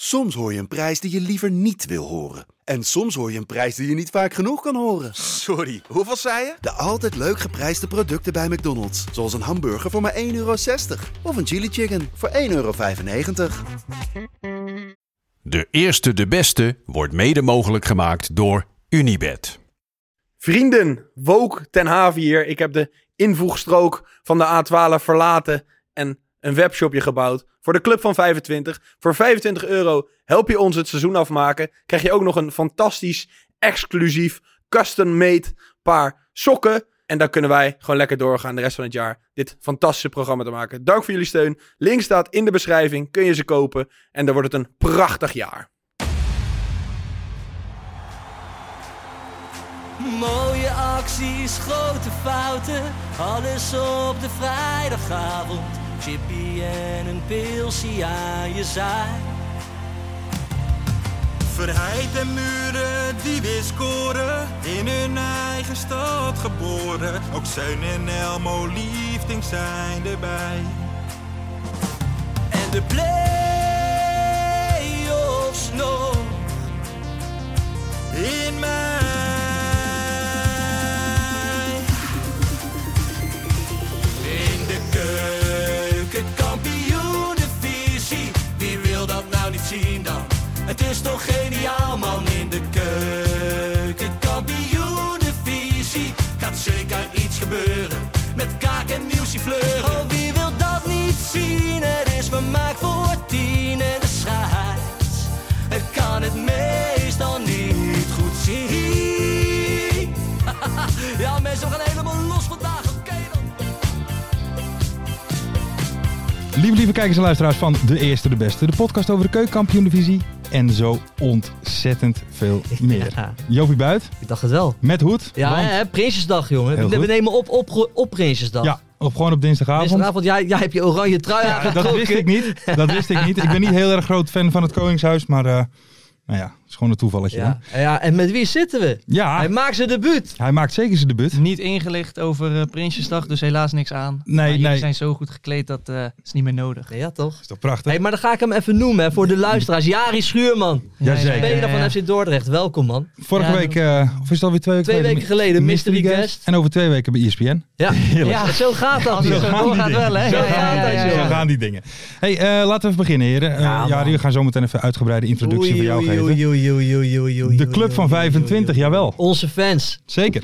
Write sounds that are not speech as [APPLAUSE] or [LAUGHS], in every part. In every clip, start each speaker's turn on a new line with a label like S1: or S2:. S1: Soms hoor je een prijs die je liever niet wil horen. En soms hoor je een prijs die je niet vaak genoeg kan horen.
S2: Sorry, hoeveel zei je?
S1: De altijd leuk geprijsde producten bij McDonald's. Zoals een hamburger voor maar 1,60 euro. Of een chili chicken voor 1,95 euro.
S3: De eerste de beste wordt mede mogelijk gemaakt door Unibed.
S4: Vrienden, Wook ten Haven hier. Ik heb de invoegstrook van de A12 verlaten en een webshopje gebouwd voor de Club van 25. Voor 25 euro help je ons het seizoen afmaken. Krijg je ook nog een fantastisch, exclusief, custom-made paar sokken. En dan kunnen wij gewoon lekker doorgaan de rest van het jaar dit fantastische programma te maken. Dank voor jullie steun. Link staat in de beschrijving. Kun je ze kopen. En dan wordt het een prachtig jaar.
S5: Mooie acties, grote fouten, alles op de vrijdagavond. Chippy en een pilsie aan je zaai.
S6: Verheid en muren die weer scoren, in hun eigen stad geboren. Ook Zeun en Elmo liefding zijn erbij.
S5: En de play-offs nog.
S6: In mij.
S5: In de keuken, kampioenenvisie. Wie wil dat nou niet zien dan? Het is toch geniaal man in de keuken, kampioenenvisie. Gaat zeker iets gebeuren met kaak en muziek fleuren. Oh, wie wil dat niet zien? Het is vermaakt voor tien en de scheids. Het kan het meestal niet goed zien. [LAUGHS] ja mensen, we gaan helemaal los vandaag, oké dan.
S7: Lieve, lieve kijkers en luisteraars van De Eerste de Beste, de podcast over de keukenkampioen-divisie en zo ontzettend veel meer.
S8: [LAUGHS] Ja.
S7: Jopie Buit,
S8: Ik dacht het wel.
S7: met hoed.
S8: Ja,
S7: want-
S8: hè, Prinsjesdag, jongen.
S7: Heel
S8: We,
S7: goed.
S8: we nemen op op, op Prinsjesdag.
S7: ja, op, gewoon op dinsdagavond.
S8: Gisteravond, jij, jij hebt je oranje trui
S7: Ja,
S8: aangetrokken.
S7: dat wist ik niet. Dat wist ik niet. Ik ben niet heel erg groot fan van het Koningshuis, maar eh, nou ja, het is gewoon een toevalletje. hè?
S8: Ja. ja, en met wie zitten we?
S7: Ja,
S8: Hij
S7: hij,
S8: maakt zijn debuut.
S7: maakt zeker zijn debuut.
S9: Niet ingelicht over eh, Prinsjesdag, dus helaas niks aan.
S7: Nee,
S9: maar jullie
S7: nee.
S9: zijn zo goed gekleed, dat eh, is niet meer nodig.
S8: Ja, toch?
S7: Is toch prachtig?
S8: Hey, maar dan ga ik hem even noemen hè, voor de luisteraars. Jari Schuurman,
S7: Jazeker.
S9: Ja, ja,
S8: speler
S9: ja,
S8: van
S9: ja.
S8: FC Dordrecht. Welkom, man.
S7: Vorige
S9: Ja,
S7: week, eh, of is het alweer twee weken
S8: Twee
S7: geleden?
S8: weken geleden, Mystery Guest.
S7: En over twee weken bij E ESPN.
S8: Ja, ja zo gaat dat.
S7: Zo gaan die
S8: gaat
S7: dingen.
S8: wel, hè?
S7: Zo
S8: Ja, ja,
S7: gaan
S8: ja,
S7: die-
S8: ja,
S7: zo
S8: ja.
S7: gaan die dingen. hey, eh, laten we even beginnen, heren. Eh,
S8: Ja, man.
S7: Jari, we gaan zo meteen even een uitgebreide introductie
S8: Oei,
S7: van jou
S8: oei,
S7: geven.
S8: oei, oei, oei, oei, oei, oei,
S7: De
S8: oei,
S7: club
S8: oei,
S7: van
S8: oei, oei,
S7: 25,
S8: oei.
S7: jawel.
S8: Onze fans.
S7: Zeker.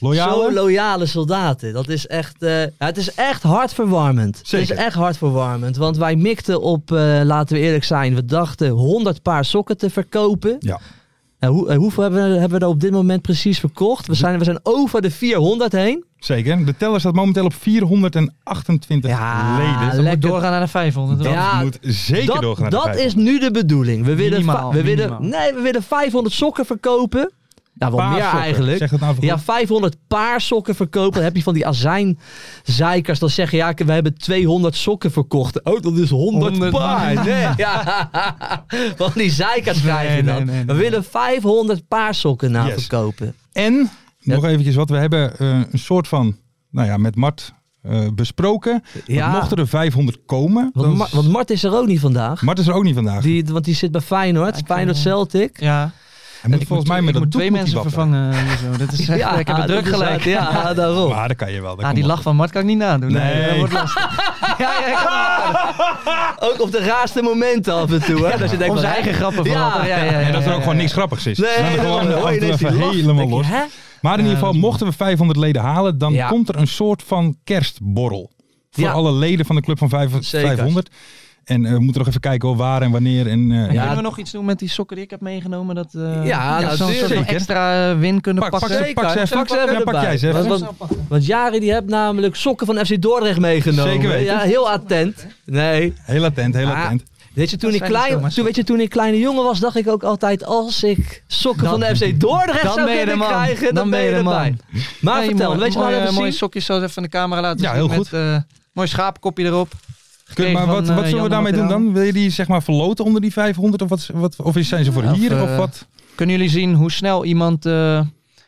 S7: Loyale?
S8: Zo loyale soldaten. Dat is echt, eh, ja, het is echt hartverwarmend.
S7: Zeker.
S8: Het is echt hartverwarmend. Want wij mikten op, eh, laten we eerlijk zijn, we dachten 100 paar sokken te verkopen.
S7: Ja.
S8: Nou, hoe, eh, hoeveel hebben we, hebben we er op dit moment precies verkocht? We zijn, we zijn over de 400 heen.
S7: Zeker. De teller staat momenteel op 428
S8: Ja,
S7: leden.
S9: Moet
S8: lekker.
S9: doorgaan naar de 500.
S7: Dat
S9: hoor.
S8: Ja,
S7: moet zeker
S8: dat
S7: doorgaan. naar de
S8: dat
S7: vijf.
S8: is nu de bedoeling. We willen,
S9: Minimaal,
S8: va- we willen,
S9: minimaal.
S8: nee, we willen 500 sokken verkopen. Ja, wel
S7: Paar
S8: meer
S7: sokken.
S8: eigenlijk.
S7: Zeg dat nou even
S8: Ja,
S7: goed.
S8: 500 paar sokken verkopen. Dan heb je van die azijnzeikers. Dan zeggen ja, we hebben 200 sokken verkocht. Oh, dat is 100,
S9: 100
S8: paar.
S7: [LAUGHS]
S8: Nee. Ja, van die zeikers krijg je
S9: Nee,
S8: dan.
S9: nee, nee,
S8: we
S9: nee.
S8: willen 500 paar sokken na
S7: Yes.
S8: verkopen.
S7: En,
S8: Ja.
S7: nog eventjes wat, we hebben eh, een soort van, nou ja, met Mart eh, besproken.
S8: Ja.
S7: Want Mochten er 500 komen.
S8: Want,
S7: dan
S8: Ma-
S7: is-
S8: want Mart is er ook niet vandaag.
S7: Mart is er ook niet vandaag.
S8: Die, want die zit bij Feyenoord.
S9: Ja, ik,
S8: Feyenoord
S9: eh,
S8: Celtic.
S9: Ja.
S7: Hij moet
S9: Ik
S7: volgens
S9: moet-
S7: mij met
S9: ik
S7: dat
S9: moet
S7: doek
S9: twee
S7: moet hij
S9: mensen
S7: wapperen.
S9: vervangen. eh, hier zo. Dat
S8: [LAUGHS]
S9: is echt, ik heb het druk
S8: dat is
S9: gelijk.
S8: waar. Ja,
S9: [LAUGHS]
S8: daarom.
S7: Maar dat kan je wel. dat
S9: Oh. Ja,
S7: komt
S9: die
S7: wel.
S9: lach van Mart kan ik niet nadoen.
S7: Nee.
S9: dat wordt lastig.
S7: [LAUGHS]
S9: ja, ja, ik kan
S8: Ah. Ook op de raarste momenten af en toe. Hè? Dat je denkt,
S9: Onze
S8: wat-
S9: eigen grappen
S8: Ja,
S9: veranderen.
S8: ja, ja, ja,
S7: En dat er ook
S9: ja,
S7: gewoon
S9: ja.
S7: niks grappigs is.
S8: Nee,
S7: dat er
S8: dat
S7: gewoon
S8: dan hoor je
S7: af en toe
S8: ineens die
S7: even
S8: lach.
S7: helemaal
S8: Denk je,
S7: los.
S8: hè?
S7: Maar in
S9: Ja,
S7: ieder geval,
S9: dat is
S7: mochten we 500 leden halen, dan
S8: Ja.
S7: komt er een soort van kerstborrel. Voor
S8: Ja.
S7: alle leden van de Club van vijf-
S8: Zeker.
S7: 500. En eh, we moeten nog even kijken hoor, waar en wanneer. En, eh,
S9: En
S7: ja,
S9: Kunnen we nog iets doen met die sokken die ik heb meegenomen? Dat, eh,
S8: Ja, nou,
S9: dat we een soort van
S8: natuurlijk.
S9: extra eh, win kunnen
S7: Pak- pak
S9: pakken.
S7: ze- pak ze even. Ja, pak jij ze even.
S8: Want, want, want Jari die hebt namelijk sokken van FC Dordrecht meegenomen.
S7: Zeker weten.
S8: Ja, heel attent. Nee.
S7: Heel attent, heel
S8: Ah,
S7: attent.
S8: Weet je, toen
S9: Dat
S8: ik,
S9: zijn de
S8: klein,
S9: zomaar
S8: toen, weet je, toen ik kleine jongen was, dacht ik ook altijd... als ik sokken van de FC Dordrecht
S9: dan
S8: zou
S9: ben je
S8: kunnen
S9: de man.
S8: krijgen, dan, ben je
S9: de
S8: erbij.
S9: man.
S8: Maar
S9: Nee,
S8: vertel,
S9: mooi-
S8: weet je waar
S9: mooie-
S8: we
S9: Mooie
S8: zien?
S9: sokjes zo even in de camera laten
S7: Ja,
S9: zien
S7: heel
S9: met,
S7: goed.
S9: eh, mooi schaapkopje erop.
S7: Kun- maar
S9: Gekregen
S7: wat,
S9: van,
S7: wat
S9: eh,
S7: zullen we
S9: Jan
S7: daarmee doen
S9: Rotterdam.
S7: dan? Wil je die zeg maar verloten onder die 500? Of, wat, wat, of is- zijn ze voor
S9: Ja, of,
S7: hier? Of,
S9: eh,
S7: wat?
S9: Kunnen jullie zien hoe snel iemand eh,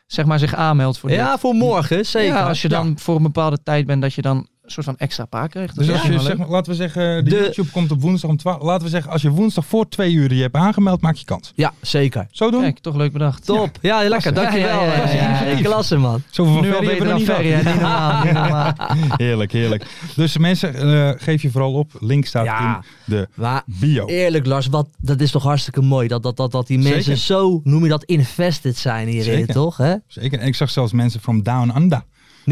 S9: zeg maar zich aanmeldt voor dit?
S8: Ja, voor morgen, zeker.
S9: Ja, als je dan voor een bepaalde tijd bent, dat je dan een soort van extra paar kreeg. Dat
S7: Dus
S9: is
S7: als je,
S9: wel
S7: zeg
S9: leuk.
S7: maar, laten we zeggen, de,
S8: De-
S7: YouTube komt op woensdag om 12. Laten we zeggen, als je woensdag voor twee uur je hebt aangemeld, maak je kans.
S8: Ja, zeker.
S7: Zo doen?
S9: Kijk, toch leuk bedacht.
S8: Top. Ja, lekker. Dankjewel.
S9: Ja, ja, ja, ja, ja.
S8: Klasse, klasse, man.
S7: Zoveel van
S9: Nu al
S7: Ferry
S9: beter dan
S7: hebben we er
S9: Ferry,
S7: niet
S9: hè? Niet normaal, niet normaal.
S7: gehad. [LAUGHS] Heerlijk, heerlijk. Dus mensen, eh, geef je vooral op. Link staat
S8: Ja.
S7: in de
S8: Maar
S7: bio.
S8: eerlijk, Lars, wat, dat is toch hartstikke mooi. Dat, dat, dat, dat die mensen
S7: Zeker.
S8: zo, noem je dat, invested zijn hierin,
S7: Zeker.
S8: toch? Hè?
S7: Zeker. En ik zag zelfs mensen from Down Under.
S8: Ah.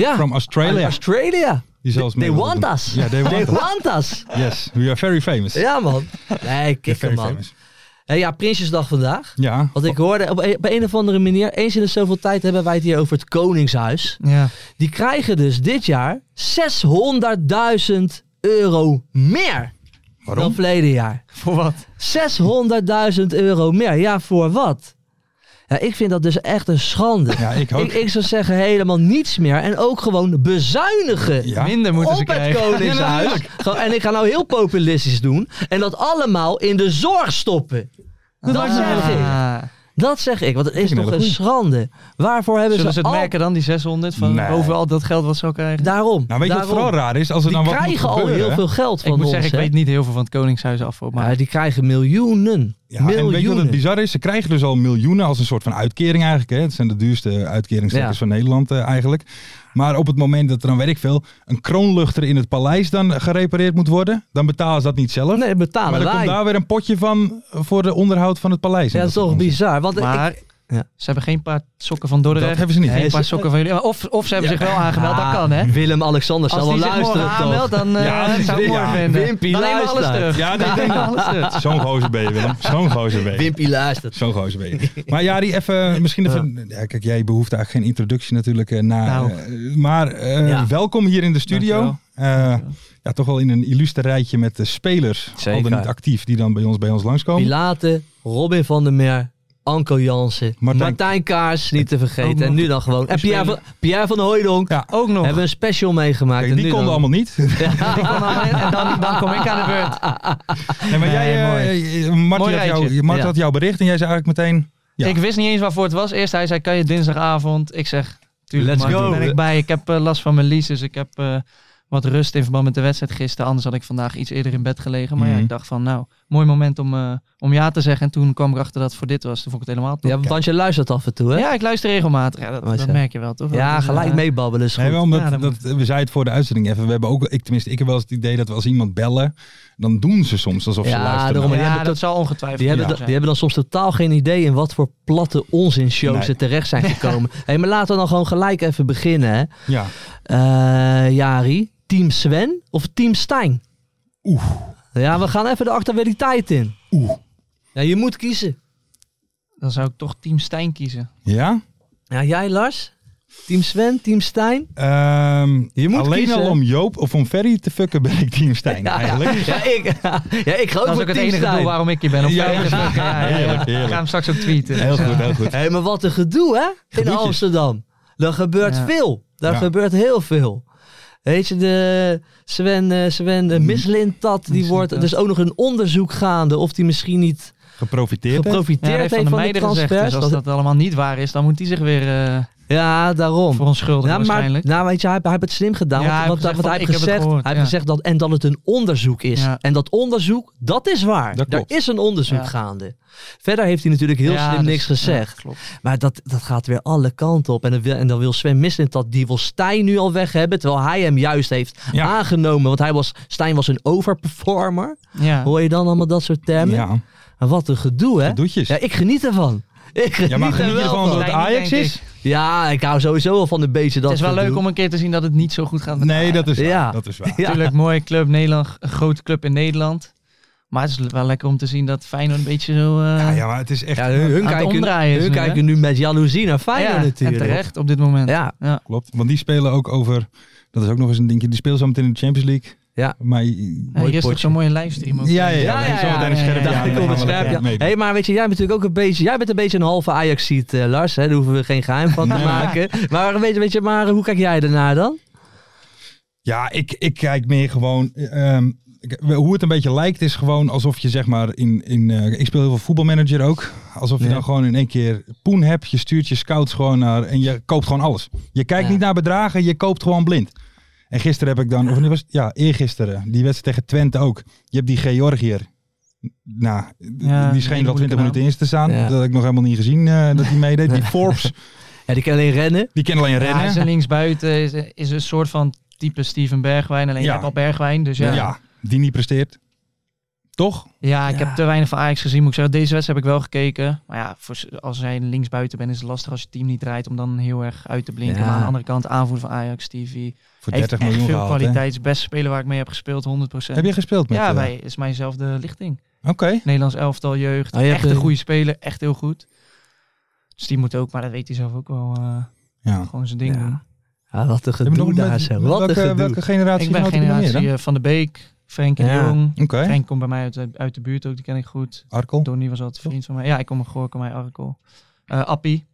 S8: Ja.
S7: From Australia.
S8: Australia.
S7: Die zelfs
S8: They
S7: mee wilden
S8: want
S7: doen.
S8: us.
S7: Ja, they want us.
S8: us.
S7: Yes, we are very famous.
S8: Ja, man. Nee,
S7: We are
S8: kikker, man. Hé, ja, Prinsjesdag vandaag.
S7: Ja.
S8: Want ik hoorde op een, op een of andere manier, eens in de zoveel tijd hebben wij het hier over het Koningshuis.
S9: Ja.
S8: Die krijgen dus dit jaar 600.000 euro meer dan verleden jaar.
S9: Voor wat?
S8: 600.000 euro meer. Ja, voor wat? Ja, ik vind dat dus echt een schande.
S7: Ja, ik ook.
S8: Ik, ik zou zeggen helemaal niets meer. En ook gewoon bezuinigen.
S7: Ja.
S9: Minder moeten ze
S8: Op het
S9: krijgen.
S8: Koningshuis. Gewoon- en ik ga nou heel populistisch doen. En dat allemaal in de zorg stoppen. Dat,
S9: Ah.
S8: zeg ik. Dus Dat zeg ik. Want het is
S7: een
S8: toch
S7: hele
S8: een
S7: goeie.
S8: schande. Waarvoor hebben
S9: Zullen ze
S8: ze
S9: het
S8: al...
S9: merken dan, die 600? Van
S7: Nee.
S9: overal dat geld wat ze al krijgen?
S8: Daarom.
S7: Nou, weet je wat
S8: daarom.
S7: vooral raar is? Als er
S8: Die
S7: dan wat moet
S8: krijgen al
S7: gebeuren,
S8: heel veel geld van
S9: Ik moet
S8: ons.
S9: zeggen, ik
S8: hè.
S9: weet niet heel veel van het Koningshuis af. hoor, Maar
S8: Maar die krijgen miljoenen.
S7: Ja, en weet je wat
S8: miljoenen.
S7: het bizar is? Ze krijgen dus al miljoenen als een soort van uitkering eigenlijk. Hè? Het zijn de duurste uitkeringstukkers
S8: Ja.
S7: van Nederland eh, eigenlijk. Maar op het moment dat er dan, weet ik veel, een kroonluchter in het paleis dan gerepareerd moet worden, dan betalen ze dat niet zelf.
S8: nee, betalen
S7: maar dan
S8: wij.
S7: komt daar weer een potje van voor de onderhoud van het paleis.
S8: ja,
S7: En
S8: dat is toch
S7: soort onzin.
S8: bizar. Want ik-
S9: Maar
S8: Ja.
S9: ze hebben geen paar sokken van Dordrecht.
S7: Dat hebben ze niet.
S9: Geen
S7: Nee,
S9: paar
S8: ze-
S9: sokken van jullie. Of, of ze hebben zich wel aangemeld. Dat kan, hè?
S8: Willem-Alexander zal
S9: Als
S8: wel
S9: die zich morgen
S8: luisteren
S9: aanmeldt,
S8: toch?
S9: dan eh,
S7: Ja,
S9: zou ik
S7: ja.
S9: mooi vinden.
S8: Wimpy,
S9: dan nemen we alles
S8: luister.
S9: terug.
S8: [LAUGHS]
S7: Ja, nee,
S9: Dan
S7: ik denk
S9: nemen we alles terug.
S7: Zo'n gozer ben je, Willem. Zo'n gozer ben je.
S8: Wimpy luistert.
S7: Zo'n gozer ben je. Maar Jari, even, misschien even... Ja. kijk, jij behoeft eigenlijk geen introductie natuurlijk. eh, na,
S9: Nou.
S7: eh, maar eh,
S8: Ja.
S7: welkom hier in de studio.
S9: Dankjewel.
S7: Eh ja, toch wel in een illustre rijtje met de spelers, al
S8: Zeker.
S7: dan niet actief, die dan bij ons, bij ons langskomen.
S8: Pilate, Robin van der Meer, Anko Jansen,
S7: Martijn- Oh,
S8: Martijn, Kaars niet te
S9: Ook
S8: vergeten.
S9: nog
S8: En nu dan gewoon. En Pierre van, Pierre van Hooijdonk.
S7: Ja.
S9: Ook nog.
S8: Hebben we een special meegemaakt.
S7: Kijk,
S8: en
S7: die
S8: nu
S7: konden
S8: dan-
S7: allemaal niet. [LAUGHS]
S8: [LAUGHS]
S9: Die kwam allemaal in en dan, dan kom ik aan de beurt.
S7: Nee, maar jij, eh, eh, Mart,
S9: Mooi
S7: die had, jou,
S9: rijtje.
S7: Mart
S8: Ja.
S7: had jouw bericht en jij zei eigenlijk meteen... Ja.
S9: Ik wist niet eens waarvoor het was. Eerst hij zei, kan je dinsdagavond? Ik zeg, tuurlijk
S8: Let's
S9: man,
S8: go.
S9: daar ben ik bij. Ik heb eh, last van mijn lies, dus ik heb eh, wat rust in verband met de wedstrijd gisteren. Anders had ik vandaag iets eerder in bed gelegen. Maar
S7: Mhm.
S9: ja, ik dacht van, nou, mooi moment om, eh, om ja te zeggen. En toen kwam ik achter dat het voor dit was. Toen vond ik het helemaal top.
S8: Ja, want je luistert af en toe, hè?
S9: Ja, ik luister regelmatig. Ja, dat,
S8: Mooi
S9: dat
S8: zo.
S9: merk je wel, toch?
S8: Ja,
S9: Dat is,
S8: gelijk
S9: eh,
S8: meebabbelen is goed.
S7: Nee, wel omdat,
S9: Ja,
S7: dat
S9: dat
S7: we zeiden het voor de uitzending even. We hebben ook, ik, tenminste, ik heb wel eens het idee dat we als iemand bellen, dan doen ze soms alsof ze
S8: Ja,
S7: luisteren.
S8: daarom. Oh, Maar die
S9: ja,
S8: hebben
S9: dat zal ongetwijfeld
S8: Die hebben,
S9: zo
S8: da-
S9: zijn.
S8: die hebben dan soms totaal geen idee in wat voor platte onzinshows
S7: Nee.
S8: ze terecht
S7: [LAUGHS]
S8: zijn gekomen. hey, maar laten we dan gewoon gelijk even beginnen, hè?
S7: Ja.
S8: Eh, Jari, Team Sven of Team Stijn?
S7: Oeh.
S8: Ja, we gaan even de actualiteit in.
S7: Oeh.
S8: Ja, je moet kiezen.
S9: Dan zou ik toch Team Stijn
S8: Oh,
S9: kiezen.
S7: Ja?
S8: Ja, jij Lars? Team Sven, Team Stijn?
S7: Ehm,
S8: Je moet
S7: alleen
S8: kiezen.
S7: al om Joop of om Ferry te fucken ben ik Team Stijn eigenlijk.
S8: [LAUGHS] Ja, ik, ja, ik ga ook
S9: Dat is
S8: voor
S9: ook het
S8: Team
S9: enige
S8: Stijn.
S9: doel waarom ik hier ben. Om
S7: Ja,
S9: ja, te
S7: precies.
S9: maken. Ja, ja, ja.
S7: Heerlijk, heerlijk.
S9: Ik ga hem straks ook tweeten.
S7: Heel goed, heel goed.
S8: Hé, maar wat een gedoe, hè? In
S7: Gedoetjes.
S8: Amsterdam. Er gebeurt
S9: Ja.
S8: veel. Daar
S7: Ja.
S8: gebeurt heel veel. Weet je, de Sven, eh, Sven
S9: Mm.
S8: eh, Mislintat, die wordt... Er is ook nog een onderzoek gaande of die misschien niet
S7: Geprofiteerd. hè?
S9: Ja, dat
S8: geprofiteerd
S9: heeft
S8: heeft
S9: van de
S8: van die
S9: meiden gezegd.
S8: transfers.
S9: Dus als dat allemaal niet waar is, dan moet hij zich weer eh,
S8: Ja, daarom.
S9: verontschuldigen
S8: Ja, maar,
S9: waarschijnlijk.
S8: nou, weet je, hij, hij heeft het slim gedaan.
S9: Ja,
S8: want-
S9: hij
S8: want,
S9: heeft gezegd
S8: want
S9: van,
S8: hij heeft
S9: ik heb het
S8: gezegd,
S9: gehoord,
S8: hij heeft
S9: ja.
S8: gezegd dat, en dat het een onderzoek is.
S9: Ja.
S8: En dat onderzoek, dat is waar.
S7: Dat
S8: Er
S7: klopt.
S8: is een onderzoek
S9: Ja.
S8: gaande. Verder heeft hij natuurlijk heel
S9: Ja,
S8: slim
S9: dus-
S8: niks
S9: ja,
S8: gezegd.
S9: klopt.
S8: Maar dat, dat gaat weer alle kanten op. En dan wil, en dan wil Sven Mislint dat die wil Stijn nu al weg hebben. Terwijl hij hem juist heeft
S7: Ja.
S8: aangenomen. Want hij was, Stijn was een overperformer.
S9: Ja.
S8: Hoor je dan allemaal dat soort termen?
S7: Ja,
S8: Maar wat een gedoe, hè?
S7: doetjes.
S8: Ja, ik geniet ervan. Ik geniet
S7: Ja, maar
S8: er
S7: geniet je
S8: wel
S7: ervan dat
S8: van.
S7: het
S9: Stijn niet,
S7: Ajax
S9: denk
S7: is?
S8: Ja, ik hou sowieso al van een beetje dat
S9: Het is wel
S8: gedoe.
S9: leuk om een keer te zien dat het niet zo goed gaat. met
S7: Nee, dat is waar.
S8: Ja.
S7: Dat is waar.
S8: [LAUGHS] Ja.
S9: Natuurlijk, mooie club Nederland, een grote club in Nederland. Maar het is wel lekker om te zien dat Feyenoord een beetje zo... eh,
S7: Ja, ja, maar het is echt...
S8: Ja, hun, hun
S9: het
S8: kijken,
S9: omdraaien is
S8: hun
S9: nu, hè?
S8: kijken nu met jaloezie naar Feyenoord
S9: ja,
S8: natuurlijk.
S9: En terecht op dit moment.
S8: Ja.
S9: ja.
S7: Klopt. Want die spelen ook over... Dat is ook nog eens een dingetje. Die spelen zo meteen in de Champions League.
S8: Ja.
S7: Maar...
S9: Ja, hier is toch zo'n mooie livestream ook.
S7: Ja, ja, ja.
S8: Ja, ja,
S7: ja, Zo
S8: ja,
S7: meteen een
S9: ja,
S7: scherpje
S9: ja, ja.
S7: aan.
S8: Daar
S7: Dan
S8: komt
S7: gaan
S8: het
S7: we
S8: scherp,
S7: lekker
S8: ja.
S7: meedoen.
S8: Hey, maar weet je, jij bent natuurlijk ook een beetje, jij bent een beetje een halve Ajax-ziet, eh, Lars. Hè? Daar hoeven we geen geheim van te maken. Maar weet je, weet je, maar hoe kijk jij ernaar dan?
S7: Ja, ik, ik kijk meer gewoon. eh, ehm, ik- hoe het een beetje lijkt is gewoon alsof je zeg maar in. in eh, ik speel heel veel voetbalmanager ook. Alsof je dan gewoon in één keer poen hebt. Je stuurt je scouts gewoon naar. En je koopt gewoon alles. Je kijkt
S8: Ja.
S7: niet naar bedragen, je koopt gewoon blind. En gisteren heb ik dan, of nu was het- ja, eergisteren, die wedstrijd tegen Twente ook. Je hebt die Georgiër. Nou, d-
S9: Ja,
S7: die
S9: hele
S7: scheen wel 20
S9: moeilijke
S7: minuten in te staan.
S8: Ja.
S7: Dat had ik nog helemaal niet gezien eh, dat hij meedeed.
S9: [LAUGHS]
S7: Die Forbes,
S8: Ja, die kan alleen rennen.
S7: die kan alleen
S9: Ja, hij is
S7: rennen.
S9: een linksbuiten, is, is een soort van type Steven Bergwijn. Alleen
S7: Ja.
S9: je hebt al Bergwijn, dus ja.
S7: Ja.
S9: Ja,
S7: die niet presteert. Toch?
S9: ik heb te weinig van Ajax gezien, moet ik zeggen. Deze wedstrijd heb ik wel gekeken. Maar ja, voor, s- als jij een linksbuiten bent, is het lastig als je team niet draait om dan heel erg uit te blinken.
S8: Ja.
S9: Maar aan de andere kant, aanvoerder van Ajax, Stevie.
S7: Voor
S9: Heeft
S7: 30
S9: echt
S7: miljoen
S9: veel
S7: gehaald, hè?
S9: kwaliteit. Is beste speler waar ik mee heb gespeeld, 100%.
S7: Heb je gespeeld met
S9: ja,
S7: eh,
S9: bij, is mijnzelfde lichting.
S7: Oké.
S9: Nederlands elftal, jeugd.
S8: Oh, je hebt
S9: echt een
S8: een-
S9: goede speler, echt heel goed. Dus die moet ook, maar dat weet hij zelf ook wel, eh,
S7: Ja.
S9: gewoon zijn ding
S8: Ja.
S9: doen.
S8: Ja, wat een
S7: Heb je nog
S8: gedoe
S7: een
S8: daar
S7: met-
S8: zo.
S7: met
S8: Wat een
S7: welke,
S8: gedoe.
S7: welke generatie
S9: Ik ben
S7: genoten er nou meer
S9: generatie
S7: dan?
S9: eh, Van de Beek, Frenkie de
S8: Ja.
S9: Jong.
S7: Oké,
S9: Frank komt bij mij uit, uit de buurt ook, die ken ik goed.
S7: Arkel.
S9: Donnie was altijd vriend van mij. Ja, ik kom een Gorkum, mijn Arkel. Eh Appie,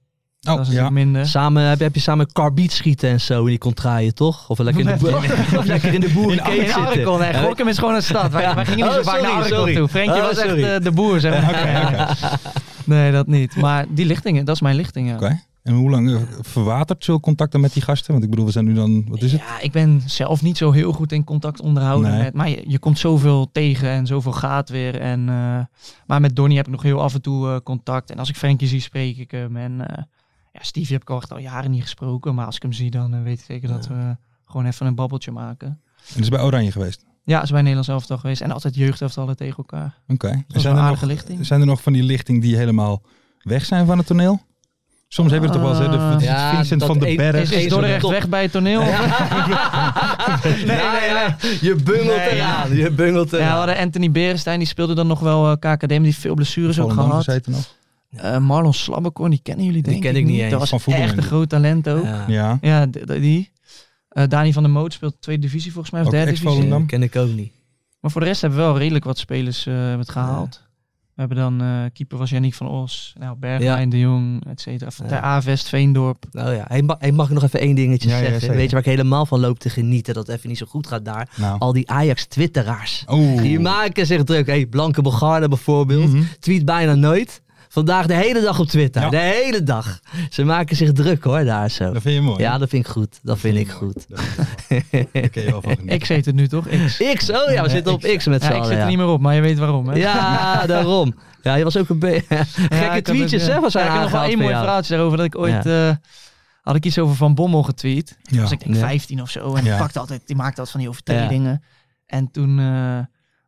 S9: dat
S7: Oh,
S9: is
S7: ja.
S9: natuurlijk minder.
S8: Samen heb, heb je samen karbiet schieten en zo in die contraien, toch? Of lekker in de, boer,
S7: [LAUGHS]
S8: [LAUGHS] of lekker in de boerenkeet
S9: In
S8: zitten.
S9: Arkel, nee,
S8: Ja,
S9: Gorkum is gewoon een stad. Wij,
S8: Ja.
S9: wij gingen niet
S8: Oh,
S9: zo vaak naar
S8: sorry,
S9: Arkel
S8: sorry.
S9: toe. Frenkie
S8: Oh,
S9: was echt
S8: sorry.
S9: eh, de boer, zeg
S8: [LAUGHS]
S9: maar.
S7: Oké, oké.
S9: Nee, dat niet. Maar die lichtingen, dat is mijn lichtingen.
S7: Oké. En hoe lang eh, verwatert zulke contacten met die gasten? Want ik bedoel, we zijn nu dan, wat is Dus het?
S9: Ja, ik ben zelf niet zo heel goed in contact onderhouden.
S7: Nee.
S9: Met, maar je, je komt zoveel tegen en zoveel gaat weer. En, eh, maar met Donny heb ik nog heel af en toe eh, contact. En als ik Frenkie zie, spreek ik hem. En eh, ja, Stevie heb ik al echt al jaren niet gesproken. Maar als ik hem zie, dan eh, weet ik zeker dat we gewoon even een babbeltje maken.
S7: En dat is bij Oranje geweest.
S9: Ja, is bij Nederlands elftal geweest. En altijd jeugdelftallen tegen elkaar.
S7: Oké. En
S9: Dat is
S7: Zijn,
S9: een
S7: er
S9: aardige
S7: nog-
S9: lichting.
S7: zijn er nog van die lichting die helemaal weg zijn van het toneel? Soms hebben we het toch wel eens, hè? De- wat is het,
S8: Ja,
S7: Vincent
S8: dat
S7: van den
S8: een-
S9: Eh, Is,
S7: Berg.
S9: is
S8: Is
S9: Dordrecht
S8: top.
S9: weg bij het toneel?
S7: [LAUGHS]
S8: nee, nee, nee. Je bungelt
S9: Nee,
S8: eraan. Je bungelt
S9: Ja, we
S8: eraan.
S9: hadden Anthony Berestein, die speelde dan nog wel eh, KKD, maar die veel blessures ook
S7: Volendam
S9: gehad.
S7: gezeten nog.
S9: Eh, Marlon Slabbekorn, die kennen jullie
S8: Die
S9: denk
S8: ken
S9: ik
S8: ik niet eens.
S9: Dat
S7: Van
S9: was
S7: voetbal
S9: echt een
S7: denk ik.
S9: groot talent ook. Ja,
S8: Ja. Dus,
S7: Ja.
S9: d- d- die. Eh, Dani van der Moot speelt tweede divisie volgens mij, of
S7: Ook
S9: derde
S7: ex-Volendam.
S9: divisie.
S8: Dat
S7: Volendam.
S8: eh, ken ik ook niet.
S9: Maar voor de rest hebben we wel redelijk wat spelers eh, het gehaald. We hebben dan, eh, keeper was Yannick van Os, nou, Bergwijn, De Jong, et cetera. Van
S8: Ja.
S9: Ter Avest, Veendorp.
S8: Nou ja, hey, ma- hey, mag ik nog even één dingetje
S7: Ja, ja,
S8: zeggen?
S7: zeker.
S8: Weet je waar ik helemaal van loop te genieten dat het even niet zo goed gaat
S9: Oh.
S8: daar?
S7: Nou.
S8: Al die Ajax-twitteraars.
S7: Oeh.
S8: Die maken zich druk. Hey, Blanke Bogarde bijvoorbeeld.
S9: Mm.
S7: Mhm.
S8: Tweet bijna nooit. Vandaag de hele dag op Twitter.
S7: Ja.
S8: De hele dag. Ze maken zich druk hoor, daar zo.
S7: Dat vind je mooi.
S8: Ja, dat vind ik goed. Dat vind ik
S7: mooi.
S8: goed. [LAUGHS]
S7: Dat vind ik mooi. Daar kun je wel
S9: [LAUGHS]
S7: van genieten.
S9: X heet het nu toch? X.
S8: X, oh [LAUGHS] ja, we
S7: Ja,
S8: zitten op X met z'n
S9: Ja, ik
S8: allen.
S9: zit er
S8: ja.
S9: niet meer op, maar je weet waarom. [LAUGHS] Hè?
S8: Ja, daarom. Ja, je was ook een beetje...
S9: Ja,
S8: Gekke
S9: ik had
S8: tweetjes,
S9: het, ja.
S8: hè, was
S9: Ja,
S8: hij
S9: Ik heb nog wel één mooi
S8: verhaal.
S9: verhaaltje daarover. Dat ik ooit... eh, had ik iets over Van Bommel getweet.
S7: Ja.
S9: was ik denk
S8: Ja.
S9: 15 of zo. En
S7: Ja.
S9: die, pakte altijd, die maakte altijd van die overtredingen. En toen... eh,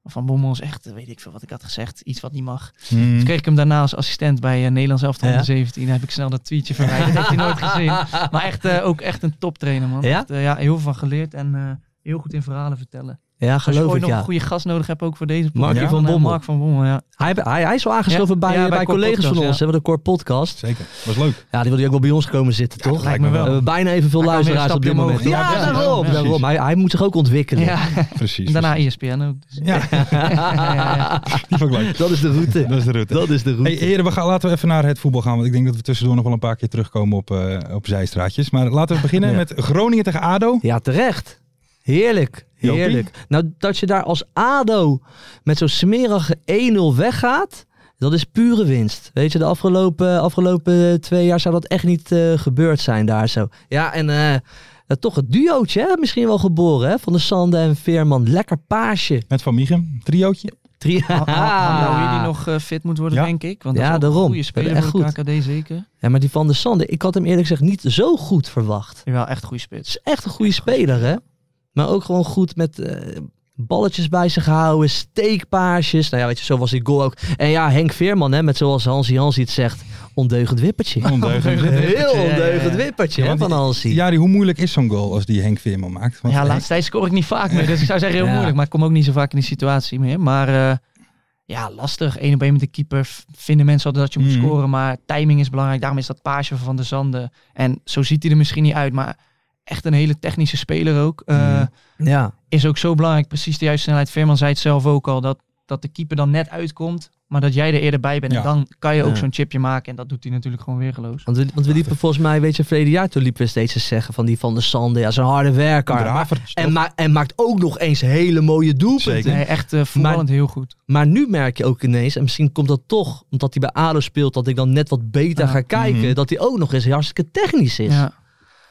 S9: van Bommel is echt, eh, weet ik veel wat ik had gezegd, iets wat niet mag.
S7: Mm.
S9: Dus kreeg ik hem daarna als assistent bij eh, Nederlands Elftal
S8: Hm. Ja.
S9: 117. Heb ik snel dat tweetje verwijderd, dat heeft hij
S8: [LAUGHS]
S9: nooit gezien. Maar echt, eh, ook echt een toptrainer man.
S8: Ja?
S9: Echt, eh, ja, heel veel van geleerd en eh, heel goed in verhalen vertellen.
S8: Ja,
S9: Als je
S8: geloof
S9: ooit
S8: ik,
S9: nog een
S8: ja.
S9: goede gast nodig hebt, ook voor deze
S8: Markie
S9: podcast,
S8: van
S9: dan, eh,
S8: Bommel.
S9: Mark van Bommel, ja.
S8: Hij, hij, hij is al aangeschoven
S9: Ja,
S8: bij, eh,
S9: ja,
S8: bij,
S9: bij Cor
S8: collega's van
S9: Podcast,
S8: ons,
S9: ja.
S8: hè, van de Core Podcast.
S7: Zeker. Was leuk.
S8: Ja, die wilde ook wel bij ons komen zitten, toch?
S9: lijkt me wel.
S8: We hebben bijna evenveel
S9: Hij kan weer
S8: luisteraars
S9: een
S8: op dit
S9: stapje
S8: moment.
S9: omhoog.
S8: Ja,
S9: Ja, precies.
S8: daarom.
S9: Ja, precies.
S8: daarom. Hij, hij moet zich ook ontwikkelen.
S9: ja. [LAUGHS]
S7: Precies.
S9: En daarna ESPN ook. Dus.
S7: Ja,
S9: [LAUGHS]
S7: [LAUGHS] die vond ik leuk.
S8: Dat is de route.
S7: Dat is de route.
S8: Dat is de route.
S7: Hey, heren, we gaan, laten we even naar het voetbal gaan. Want ik denk dat we tussendoor nog wel een paar keer terugkomen op, eh, op zijstraatjes. Maar laten we beginnen
S8: Ja.
S7: met Groningen tegen ADO.
S8: Ja, terecht. Heerlijk.
S7: Jopie?
S8: Heerlijk. Nou, dat je daar als ADO met zo'n smerige 1-0 weggaat, dat is pure winst. Weet je, de afgelopen, afgelopen eh, twee jaar zou dat echt niet eh, gebeurd zijn daar zo. Ja, en eh, eh, toch het duootje, hè? misschien wel geboren, hè? Van de Sande en Veerman. Lekker paasje.
S7: Met Van Mieghem, triootje.
S8: Drie...
S9: Ah. die nog eh, fit moet worden,
S7: Ja.
S9: denk ik. Want
S8: Ja,
S9: dat is ook
S8: daarom.
S9: een goede speler
S8: Echt
S9: voor de
S8: goed.
S9: KKD zeker.
S8: Ja, maar die Van de Sande, ik had hem eerlijk gezegd niet zo goed verwacht.
S9: Jawel, echt
S8: Het
S9: goede spits.
S8: is echt een goede speler, hè? Maar ook gewoon goed met eh, balletjes bij zich houden, steekpaasjes. Nou ja, weet je, zo was die goal ook. En ja, Henk Veerman, hè, met zoals Hansi Hansi het zegt, ondeugend wippertje.
S7: Ondeugend. [LAUGHS]
S8: Heel
S9: ja, ja, ja.
S8: ondeugend wippertje,
S7: Ja,
S8: hè,
S7: want
S8: van
S7: die-
S8: Hansi.
S7: Jari, hoe moeilijk is zo'n goal als die Henk Veerman maakt? Want
S9: Ja, laatste tijd scoor ik niet vaak meer. Dus ik zou zeggen heel
S8: [LAUGHS] Ja.
S9: moeilijk. Maar ik kom ook niet zo vaak in die situatie meer. Maar eh, ja, lastig. Eén op één met de keeper v- vinden mensen altijd dat je moet
S8: Mm.
S7: Mhm.
S9: scoren. Maar timing is belangrijk. Daarom is dat paasje van Van de Zanden. En zo ziet hij er misschien niet uit. Maar echt een hele technische speler ook. Eh,
S8: Mm.
S7: Mhm.
S8: Ja,
S9: Is ook zo belangrijk. Precies de juiste snelheid. Veerman zei het zelf ook al. Dat, dat de keeper dan net uitkomt. Maar dat jij er eerder bij bent.
S7: Ja.
S9: En dan kan je ook
S8: Ja.
S9: zo'n chipje maken. En dat doet hij natuurlijk gewoon weergeloos.
S8: want we, want we liepen volgens mij, weet je, verleden jaar toen liepen we steeds te zeggen van die Van der Sande, ja, zo'n harde werker. Maar- en,
S7: en
S8: ma- en maakt ook nog eens hele mooie doelpunten.
S7: Zeker.
S9: Nee, echt eh voetballend heel goed.
S8: Maar nu merk je ook ineens, en misschien komt dat toch omdat hij bij ADO speelt, dat ik dan net wat beter
S9: Ja.
S8: ga kijken,
S7: Mhm.
S8: dat hij ook nog eens hartstikke technisch is.
S9: Ja.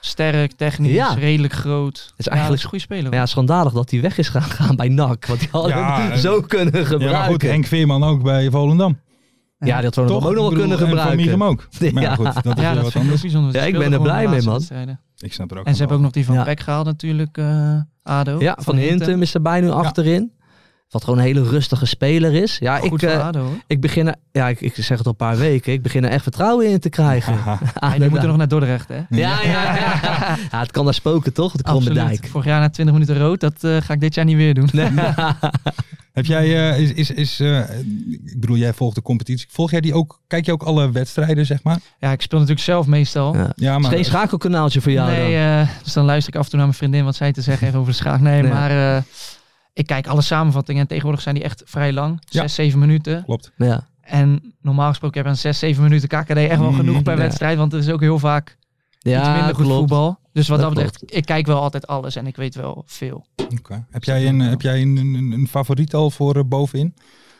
S9: Sterk, technisch,
S8: Ja.
S9: redelijk groot. Ja, Dat
S8: is eigenlijk-
S9: een goede speler.
S8: Maar ja, schandalig dat hij weg is gaan, gaan bij NAC. Want die hadden
S7: Ja,
S8: hem
S7: en-
S8: zo kunnen
S7: Ja, maar goed,
S8: gebruiken. Ja,
S7: Henk Veerman ook bij Volendam.
S8: die had
S7: Toch?
S8: Ronald ook nog wel
S7: Ik bedoel,
S8: kunnen
S7: en Van
S8: gebruiken.
S7: Mierum ook. Maar ja,
S8: Ja.
S7: goed, dat is
S9: ja,
S7: weer
S9: dat
S7: wat
S9: vind ik ook
S7: anders.
S9: bijzonder. Ze
S8: Ja, ik
S9: speelden
S8: ben er
S9: gewoon
S8: blij
S9: de
S8: mee,
S9: laatste
S8: man.
S9: wedstrijden.
S7: Ik snap er ook
S9: En ze hebben ook nog die van
S8: Ja.
S9: Peck gehaald natuurlijk, eh, ADO.
S8: Ja, Van Hintem is erbij nu achterin. Wat gewoon een hele rustige speler is. Ja,
S9: Goed
S8: ik,
S9: voor
S8: eh,
S9: ADO. hoor.
S8: ik begin er, ja, ik, ik zeg het al een paar weken, ik begin er echt vertrouwen in te krijgen.
S7: Haha.
S8: Ah,
S9: En die moeten nog naar Dordrecht, hè?
S8: ja, ja, ja. [LAUGHS] ja, het kan daar spoken toch, de Kromme
S9: Absoluut.
S8: Dijk.
S9: Vorig jaar na 20 minuten rood, dat eh, ga ik dit jaar niet weer doen.
S7: [LAUGHS] Heb jij, eh, is, is, is eh, ik bedoel, jij volgt de competitie. Volg jij die ook, kijk je ook alle wedstrijden, zeg maar?
S9: Ja, ik speel natuurlijk zelf meestal.
S8: Ja.
S7: Ja,
S8: Het is geen schakelkanaaltje voor jou
S9: nee,
S8: dan.
S9: eh, dus dan luister ik af en toe naar mijn vriendin wat zij te
S8: [LAUGHS]
S9: zeggen heeft over de schaak. Nee,
S8: Nee.
S9: maar eh, ik kijk alle samenvattingen. En tegenwoordig zijn die echt vrij lang.
S7: Ja.
S9: Zes, zeven minuten.
S7: klopt.
S8: Ja.
S9: En normaal gesproken heb je aan zes, zeven minuten KKD echt wel
S7: Mhm.
S9: genoeg per
S8: Ja.
S9: wedstrijd. Want er is ook heel vaak iets
S8: Ja,
S9: minder goed
S8: klopt.
S9: voetbal. Dus wat
S8: Dat
S9: dat, betreft, ik kijk wel altijd alles en ik weet wel veel.
S7: Oké. Heb jij, een, heb jij een, een, een favoriet al voor eh, bovenin?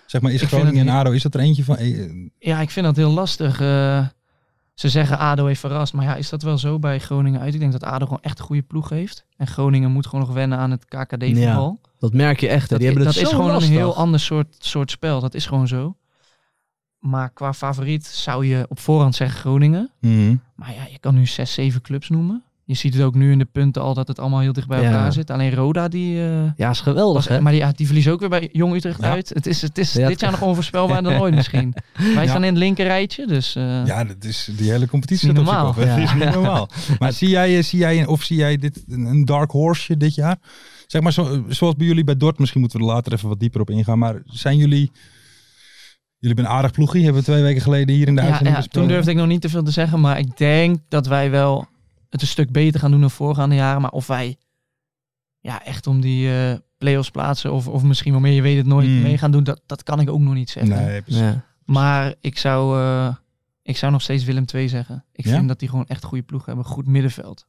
S7: Zeg maar, is
S9: Ik vind
S7: Groningen en
S9: het-
S7: ADO, is dat er eentje van? Eh, eh,
S9: Ja, ik vind dat heel lastig. eh, ze zeggen ADO heeft verrast. Maar ja, is dat wel zo bij Groningen uit? Ik denk dat ADO gewoon echt een goede ploeg heeft. En Groningen moet gewoon nog wennen aan het KKD-voetbal.
S8: Dat merk je echt. hè.
S9: Dat,
S8: Die hebben
S9: dat
S8: het
S9: is
S8: zo
S9: gewoon
S8: lastig.
S9: een heel ander soort, soort spel. Dat is gewoon zo. Maar qua favoriet zou je op voorhand zeggen Groningen.
S7: mhm.
S9: Maar ja, je kan nu zes, zeven clubs noemen. Je ziet het ook nu in de punten al dat het allemaal heel dicht bij
S8: Ja.
S9: elkaar zit. Alleen Roda die... eh,
S8: Ja, is geweldig
S9: was,
S8: hè.
S9: maar die, ja, die verliezen ook weer bij Jong Utrecht
S7: Ja.
S9: uit. Het is, het is
S8: Ja,
S9: dit jaar nog
S8: [LAUGHS]
S9: onvoorspelbaar dan ooit misschien. Wij
S7: Ja.
S9: staan in het linker rijtje, dus... eh,
S7: Ja, dat is, die hele competitie
S9: Is niet
S7: dat op zich af,
S9: normaal.
S7: hè?
S8: Ja.
S7: [LAUGHS] is
S9: [LAUGHS]
S7: niet normaal. Maar zie jij, eh, zie jij een- of zie jij dit een een dark horse dit jaar? Zeg maar, zo, eh, zoals bij jullie bij Dort, misschien moeten we er later even wat dieper op ingaan. Maar zijn jullie, jullie hebben een aardig ploegie, hebben we twee weken geleden hier in de
S9: Ja,
S7: uitzending
S9: ja,
S7: besproken.
S9: toen durfde ik nog niet te veel te zeggen, maar ik denk dat wij wel het een stuk beter gaan doen dan voorgaande jaren. Maar of wij ja, echt om die eh play-offs plaatsen of, of misschien wel meer, je weet het nooit,
S7: Mm.
S9: mee gaan doen, dat, dat kan ik ook nog niet zeggen.
S7: Nee, precies.
S8: Ja.
S9: Maar ik zou, eh, ik zou nog steeds Willem II zeggen. Ik
S7: Ja?
S9: vind dat die gewoon echt goede ploeg hebben, goed middenveld.